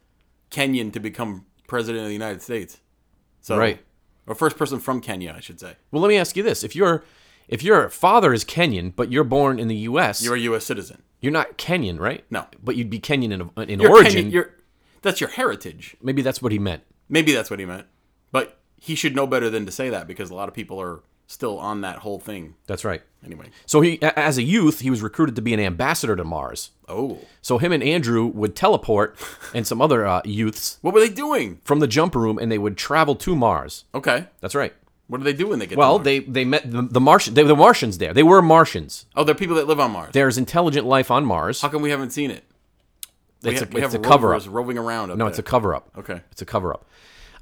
Speaker 2: Kenyan to become president of the United States. So,
Speaker 1: Right.
Speaker 2: Or first person from Kenya, I should say.
Speaker 1: well, let me ask you this: if your if your father is Kenyan, but you're born in the U.S.,
Speaker 2: You're
Speaker 1: you're,
Speaker 2: a U.S. citizen.
Speaker 1: not Kenyan, right?
Speaker 2: No.
Speaker 1: but you'd be Kenyan in, in
Speaker 2: You're
Speaker 1: origin.
Speaker 2: Kenyan- you're, that's your heritage.
Speaker 1: Maybe that's what he meant.
Speaker 2: Maybe that's what he meant. But he should know better than to say that because a lot of people are still on that whole thing.
Speaker 1: That's right.
Speaker 2: Anyway.
Speaker 1: So he, a- as a youth, he was recruited to be an ambassador to Mars.
Speaker 2: Oh.
Speaker 1: So him and Andrew would teleport, and some other uh, youths
Speaker 2: What were they doing?
Speaker 1: from the jump room, and they would travel to Mars.
Speaker 2: Okay.
Speaker 1: That's right.
Speaker 2: What do they do when they get
Speaker 1: Well,
Speaker 2: to Mars?
Speaker 1: they they met the, the Martian. They were the Martians there. They were Martians.
Speaker 2: Oh, they're people that live on Mars.
Speaker 1: There's intelligent life on Mars.
Speaker 2: How come we haven't seen it?
Speaker 1: it's
Speaker 2: ha-
Speaker 1: a, it's a
Speaker 2: rovers
Speaker 1: cover up.
Speaker 2: roving around. Up
Speaker 1: No, it's a
Speaker 2: there.
Speaker 1: cover up.
Speaker 2: Okay.
Speaker 1: It's a cover up.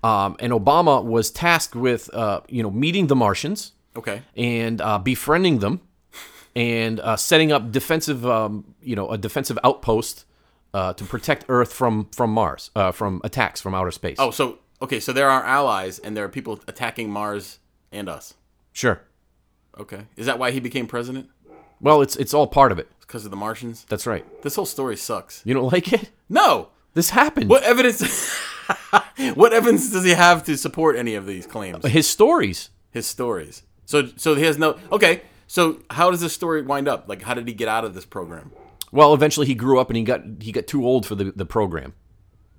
Speaker 1: Um, and Obama was tasked with uh, you know meeting the Martians
Speaker 2: Okay.
Speaker 1: and uh, befriending them and uh, setting up defensive um, you know a defensive outpost uh, to protect Earth from from Mars uh, from attacks from outer space.
Speaker 2: Oh, so okay, so there are allies, and there are people attacking Mars and us.
Speaker 1: sure.
Speaker 2: Okay, is that why he became president?
Speaker 1: Well, it's it's all part of it.
Speaker 2: Because of the Martians?
Speaker 1: That's right.
Speaker 2: This whole story sucks.
Speaker 1: You don't like it?
Speaker 2: No.
Speaker 1: This happened.
Speaker 2: What evidence? what evidence does he have to support any of these claims?
Speaker 1: His stories.
Speaker 2: His stories. So, so he has no. Okay, so how does this story wind up? Like, how did he get out of this program?
Speaker 1: Well, eventually he grew up and he got he got too old for the, the program.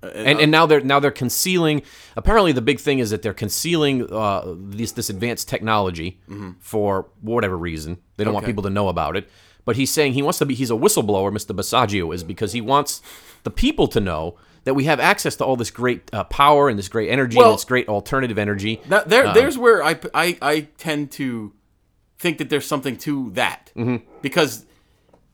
Speaker 1: And, and now they're now they're concealing. Apparently, the big thing is that they're concealing uh, this this advanced technology for whatever reason. They don't want
Speaker 2: Okay.
Speaker 1: people to know about it. But he's saying he wants to be. He's a whistleblower, Mr. Basaggio is, because he wants the people to know that we have access to all this great uh, power and this great energy
Speaker 2: Well-
Speaker 1: and this great alternative energy.
Speaker 2: Now, there,
Speaker 1: Um,
Speaker 2: there's where I, I, I tend to think that there's something to that
Speaker 1: Mm-hmm.
Speaker 2: because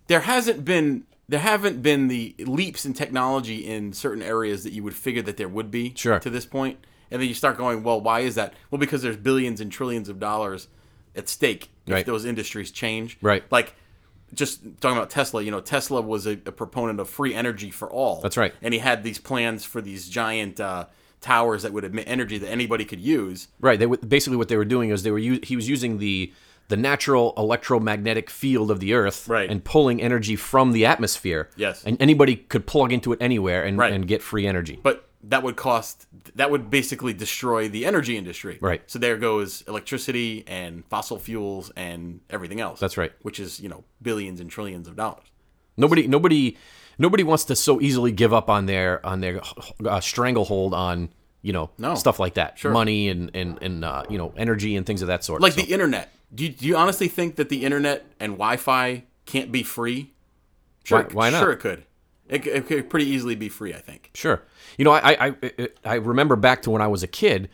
Speaker 2: there hasn't been there haven't been the leaps in technology in certain areas that you would figure that there would be
Speaker 1: Sure.
Speaker 2: to this point, and then you start going, well, why is that? Well, because there's billions and trillions of dollars at stake if
Speaker 1: Right.
Speaker 2: those industries change.
Speaker 1: Right.
Speaker 2: Like. Just talking about Tesla, you know, Tesla was a, a proponent of free energy for all.
Speaker 1: That's right.
Speaker 2: And he had these plans for these giant uh, towers that would emit energy that anybody could use.
Speaker 1: Right. They were, basically what they were doing is they were u- he was using the the natural electromagnetic field of the Earth
Speaker 2: Right.
Speaker 1: and pulling energy from the atmosphere.
Speaker 2: Yes.
Speaker 1: And anybody could plug into it anywhere and,
Speaker 2: Right.
Speaker 1: and get free energy.
Speaker 2: but that would cost that would basically destroy the energy industry
Speaker 1: Right.
Speaker 2: so there goes electricity and fossil fuels and everything else
Speaker 1: That's right.
Speaker 2: which is you know billions and trillions of dollars
Speaker 1: Nobody nobody nobody wants to so easily give up on their on their uh, stranglehold on you know
Speaker 2: No.
Speaker 1: stuff like that money and and and uh, you know energy and things of that sort
Speaker 2: like
Speaker 1: So-
Speaker 2: the internet do you, do you honestly think that the internet and wi-fi can't be free sure
Speaker 1: Why- why not?
Speaker 2: sure it could it, c- it could pretty easily be free i think
Speaker 1: Sure. You know, I, I I I remember back to when I was a kid.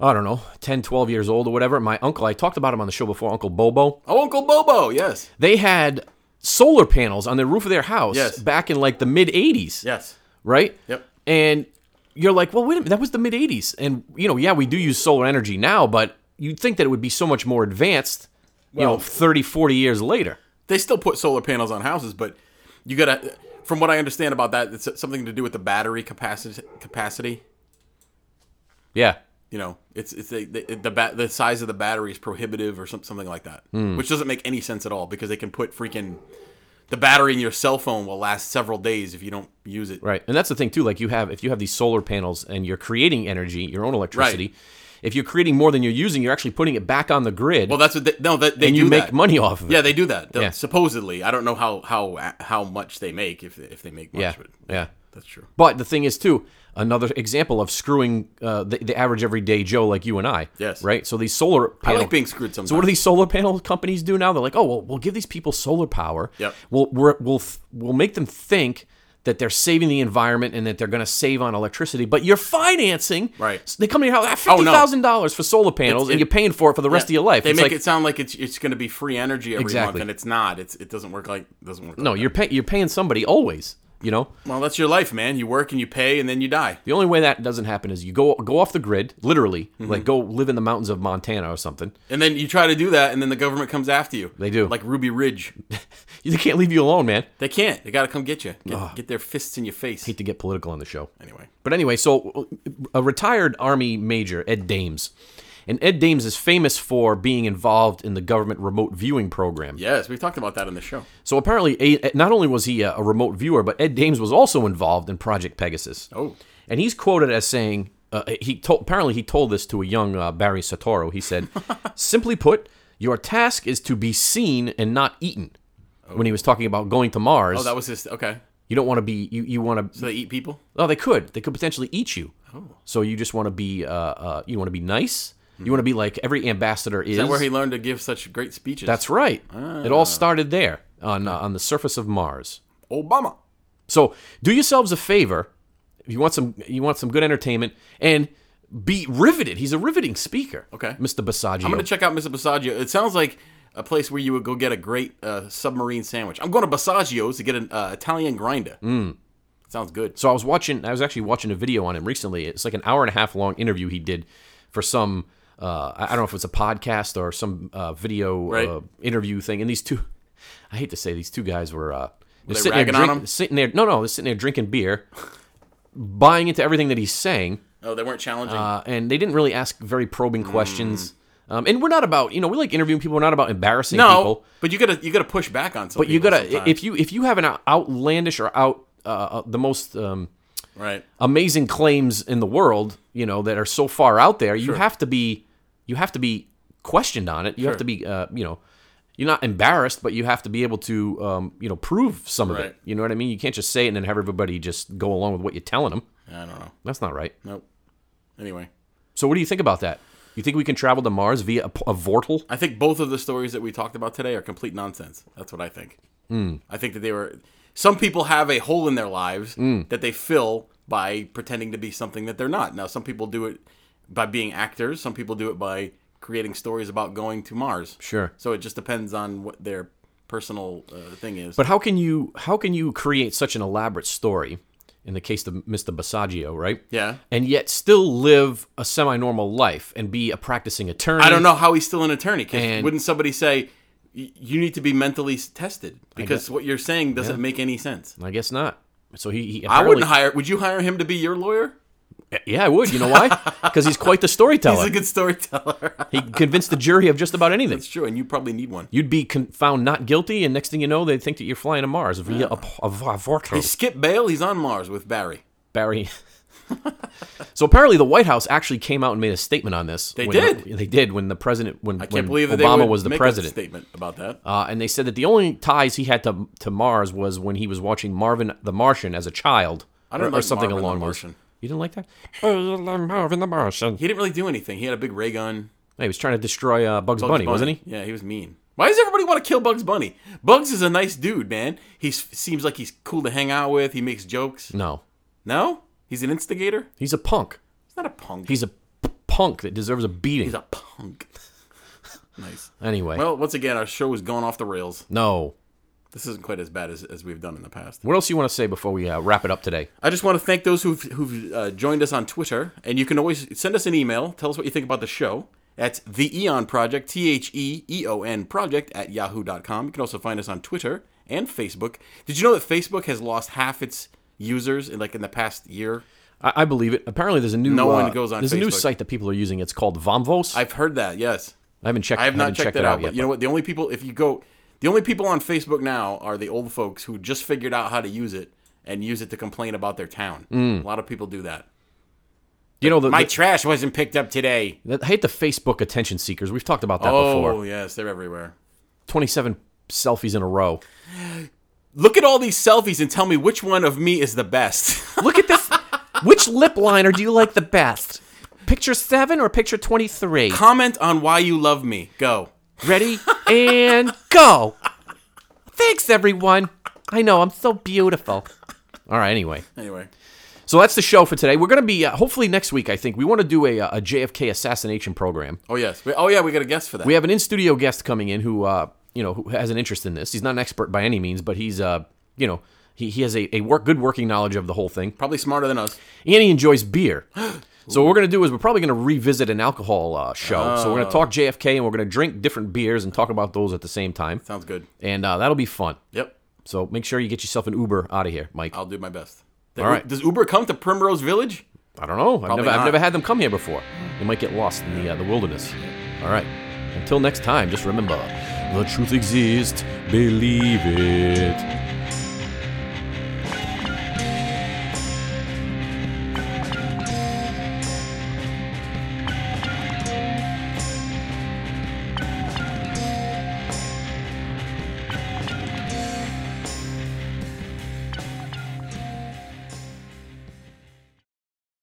Speaker 1: I don't know, 10, 12 years old or whatever. My uncle, I talked about him on the show before, Uncle Bobo.
Speaker 2: oh uncle bobo yes
Speaker 1: They had solar panels on the roof of their house
Speaker 2: Yes.
Speaker 1: back in like the mid 80s,
Speaker 2: yes
Speaker 1: right?
Speaker 2: Yep.
Speaker 1: And you're like, well, wait a minute, that was the mid 80s. And, you know, yeah, we do use solar energy now, but you'd think that it would be so much more advanced, you know, 30, 40 years later.
Speaker 2: they still put solar panels on houses, but you gotta. From what I understand about that, it's something to do with the battery capacity. Capacity,
Speaker 1: Yeah.
Speaker 2: you know, it's it's a, the the, ba- the size of the battery is prohibitive or some, something like that,
Speaker 1: Hmm.
Speaker 2: which doesn't make any sense at all because they can put freaking the battery in your cell phone will last several days if you don't use it.
Speaker 1: Right. And that's the thing too. Like you have, if you have these solar panels and you're creating energy, your own electricity. If you're creating more than you're using, you're actually putting it back on the grid,
Speaker 2: Well, that's what they, no that they
Speaker 1: and
Speaker 2: do
Speaker 1: you make
Speaker 2: that.
Speaker 1: money off of it.
Speaker 2: Yeah, they do that. They'll-
Speaker 1: Yeah.
Speaker 2: Supposedly, I don't know how how how much they make if if they make much.
Speaker 1: Yeah.
Speaker 2: but
Speaker 1: Yeah.
Speaker 2: that's true.
Speaker 1: But the thing is too, another example of screwing uh, the, the average everyday Joe like you and I.
Speaker 2: Yes.
Speaker 1: Right. So these solar
Speaker 2: I
Speaker 1: panel,
Speaker 2: like being screwed sometimes.
Speaker 1: So what do these solar panel companies do now? They're like, oh well, we'll give these people solar power.
Speaker 2: Yep.
Speaker 1: We'll we're, we'll th- we'll make them think that they're saving the environment and that they're going to save on electricity, but you're financing.
Speaker 2: Right.
Speaker 1: So they come to your house, "Ah,
Speaker 2: Oh, no.
Speaker 1: fifty thousand dollars for solar panels,
Speaker 2: it-
Speaker 1: and you're paying for it for the rest of your life.
Speaker 2: They
Speaker 1: It's
Speaker 2: make
Speaker 1: like,
Speaker 2: it sound like it's it's going to be free energy every month,
Speaker 1: Exactly.
Speaker 2: and it's not. It's it doesn't work like doesn't work.
Speaker 1: no,
Speaker 2: like
Speaker 1: you're pay- you're paying somebody always. You know,
Speaker 2: Well, that's your life, man. You work and you pay, and then you die.
Speaker 1: the only way that doesn't happen is you go go off the grid, literally,
Speaker 2: Mm-hmm.
Speaker 1: like go live in the mountains of Montana or something.
Speaker 2: And then you try to do that, and then the government comes after you.
Speaker 1: They do.
Speaker 2: Like Ruby Ridge.
Speaker 1: They can't leave you alone, man.
Speaker 2: They can't. They got to come get you. Get, get their fists in your face.
Speaker 1: Hate to get political on the show.
Speaker 2: Anyway.
Speaker 1: But anyway, so a retired Army major, Ed Dames. And Ed Dames is famous for being involved in the government remote viewing program.
Speaker 2: Yes, we talked about that on the show.
Speaker 1: So apparently, a, not only was he a, a remote viewer, but Ed Dames was also involved in Project Pegasus.
Speaker 2: Oh.
Speaker 1: and he's quoted as saying, uh, he told apparently he told this to a young uh, Barry Satoro. He said, "Simply put, your task is to be seen and not eaten." When he was talking about going to Mars,
Speaker 2: Oh, that was his. Okay.
Speaker 1: you don't want to be you, you want to.
Speaker 2: So they eat people?
Speaker 1: Oh, they could. They could potentially eat you. So you just want to be uh, uh, you want to be nice. You want to be like every ambassador is.
Speaker 2: Is that where he Ah. learned to give such great speeches?
Speaker 1: That's right. It all started there on uh, on the surface of Mars.
Speaker 2: Obama.
Speaker 1: So do yourselves a favor. If you want some, you want some good entertainment, and be riveted. He's a riveting speaker.
Speaker 2: Okay.
Speaker 1: Mr. Basaggio.
Speaker 2: I'm going to check out Mr. Basaggio. It sounds like a place where you would go get a great uh, submarine sandwich. I'm going to Basaggio's to get an uh, Italian grinder. Mm.
Speaker 1: Hmm.
Speaker 2: Sounds good.
Speaker 1: so I was watching. I was actually watching a video on him recently. It's like an hour and a half long interview he did for some. Uh, I I don't know if it's a podcast or some uh, video
Speaker 2: Right.
Speaker 1: uh, interview thing. And these two, I hate to say, these two guys were. Uh, they're
Speaker 2: they
Speaker 1: sitting there,
Speaker 2: ragging on
Speaker 1: drink-
Speaker 2: him?
Speaker 1: sitting there. No, no, they're sitting there drinking beer, buying into everything that he's saying.
Speaker 2: Oh, they weren't challenging.
Speaker 1: uh, and they didn't really ask very probing questions. Um, and we're not about you know we like interviewing people. We're not about embarrassing
Speaker 2: Mm. no,
Speaker 1: people.
Speaker 2: but you gotta you gotta push back on something.
Speaker 1: But you gotta if you if you have an out- outlandish or out uh, uh, the most um,
Speaker 2: right.
Speaker 1: amazing claims in the world, you know that are so far out there, you have to be you have to be questioned on it. You have
Speaker 2: Sure.
Speaker 1: to be uh, you know you're not embarrassed, but you have to be able to um, you know prove some of
Speaker 2: Right.
Speaker 1: it. You know what I mean? You can't just say it and then have everybody just go along with what you're telling them.
Speaker 2: I don't know.
Speaker 1: That's not right.
Speaker 2: Nope. Anyway,
Speaker 1: So what do you think about that? You think we can travel to Mars via a, p- a vortal?
Speaker 2: I think both of the stories that we talked about today are complete nonsense. That's what I think.
Speaker 1: Hmm.
Speaker 2: I think that they were. Some people have a hole in their lives
Speaker 1: Hmm.
Speaker 2: that they fill by pretending to be something that they're not. Now, some people do it by being actors. Some people do it by creating stories about going to Mars.
Speaker 1: Sure.
Speaker 2: So it just depends on what their personal uh, thing is.
Speaker 1: But how can you how can you create such an elaborate story in the case of Mr. Basaggio, right?
Speaker 2: Yeah.
Speaker 1: And yet still live a semi-normal life and be a practicing attorney.
Speaker 2: I don't know how he's still an attorney. Cause
Speaker 1: And-
Speaker 2: wouldn't somebody say "Y- you need to be mentally s- tested because what you're saying doesn't make any sense?
Speaker 1: I guess not. So he, he
Speaker 2: I wouldn't
Speaker 1: apparently-
Speaker 2: hire. Would you hire him to be your lawyer?
Speaker 1: Yeah, I would. You know why? Because he's quite the
Speaker 2: He's
Speaker 1: storyteller.
Speaker 2: a good storyteller.
Speaker 1: he convinced the jury of just about anything.
Speaker 2: It's true, and you probably need one.
Speaker 1: You'd be con- found not guilty, and next thing you know, they think that you're flying to Mars via a, a, a vortal.
Speaker 2: Skip Bale, he's on Mars with Barry.
Speaker 1: Barry. so apparently, the White House actually came out and made a statement on this. They
Speaker 2: did.
Speaker 1: They did when the president when,
Speaker 2: I can't
Speaker 1: when
Speaker 2: believe that they
Speaker 1: Obama
Speaker 2: would
Speaker 1: was the
Speaker 2: make a
Speaker 1: president.
Speaker 2: statement about that.
Speaker 1: Uh, and they said that the only ties he had to to Mars was when he was watching Marvin the Martian as a child,
Speaker 2: I
Speaker 1: Uh,
Speaker 2: don't
Speaker 1: or, or
Speaker 2: like
Speaker 1: something
Speaker 2: Marvin the
Speaker 1: along those-
Speaker 2: Martian.
Speaker 1: You didn't like that? Oh, Marvin the Martian.
Speaker 2: he didn't really do anything. He had a big ray gun.
Speaker 1: He was trying to destroy uh, Bugs,
Speaker 2: Bugs
Speaker 1: Bunny, wasn't he?
Speaker 2: Yeah, he was mean. Why does everybody want to kill Bugs Bunny? Bugs is a nice dude, man. He seems like he's cool to hang out with. He makes jokes.
Speaker 1: No,
Speaker 2: No, he's an instigator.
Speaker 1: he's a punk.
Speaker 2: He's not a punk.
Speaker 1: He's a p- punk that deserves a beating.
Speaker 2: he's a punk. nice.
Speaker 1: anyway,
Speaker 2: Well, once again, our show has gone off the rails.
Speaker 1: no.
Speaker 2: This isn't quite as bad as, as we've done in the past.
Speaker 1: What else you want to say before we uh, wrap it up today?
Speaker 2: I just want to thank those who've, who've uh, joined us on Twitter. And you can always send us an email. Tell us what you think about the show. That's the Eon Project, T H E E O N Project at yahoo.com. You can also find us on Twitter and Facebook. Did you know that Facebook has lost half its users in like in the past year?
Speaker 1: I, I believe it. Apparently, there's a new
Speaker 2: No one
Speaker 1: uh,
Speaker 2: goes on
Speaker 1: There's a new
Speaker 2: Facebook.
Speaker 1: site that people are using. It's called Vomvos.
Speaker 2: I've heard that, yes.
Speaker 1: I haven't checked.
Speaker 2: I have not
Speaker 1: haven't
Speaker 2: checked
Speaker 1: it
Speaker 2: that out, but
Speaker 1: yet.
Speaker 2: you know what? The only people, if you go, the only people on Facebook now are the old folks who just figured out how to use it and use it to complain about their town. A lot of people do that.
Speaker 1: you know the,
Speaker 2: My
Speaker 1: the-
Speaker 2: trash wasn't picked up today.
Speaker 1: I hate the Facebook attention seekers. We've talked about that
Speaker 2: Oh
Speaker 1: before.
Speaker 2: yes, they're everywhere.
Speaker 1: 27 selfies in a row.
Speaker 2: Look at all these selfies and tell me which one of me is the best.
Speaker 1: Look at this. Which lip liner do you like the best? Picture 7 or picture 23?
Speaker 2: Comment on why you love me. Go.
Speaker 1: Ready and go. Thanks, everyone. I know, I'm so beautiful. All right, anyway.
Speaker 2: Anyway,
Speaker 1: So that's the show for today. We're going to be, uh, hopefully, next week, I think, we want to do a, uh, a JFK assassination program.
Speaker 2: oh yes, we, oh yeah, we got a guest for that.
Speaker 1: We have an in studio guest coming in who, uh, you know, who has an interest in this. He's not an expert by any means, but he's, uh, you know, He, he has a, a work good working knowledge of the whole thing,
Speaker 2: Probably smarter than us.
Speaker 1: and he enjoys beer. So what we're gonna do is we're probably gonna revisit an alcohol uh, show. So we're gonna talk JFK and we're gonna drink different beers and talk about those at the same time,
Speaker 2: Sounds good.
Speaker 1: and uh, that'll be fun.
Speaker 2: Yep.
Speaker 1: So make sure you get yourself an Uber out of here, Mike.
Speaker 2: I'll do my best.
Speaker 1: All right.
Speaker 2: Does Uber come to Primrose Village?
Speaker 1: I don't know. I've never, I've
Speaker 2: not.
Speaker 1: never had them come here before. They might get lost in the, uh, the wilderness. All right. Until next time, just remember the truth exists. Believe it.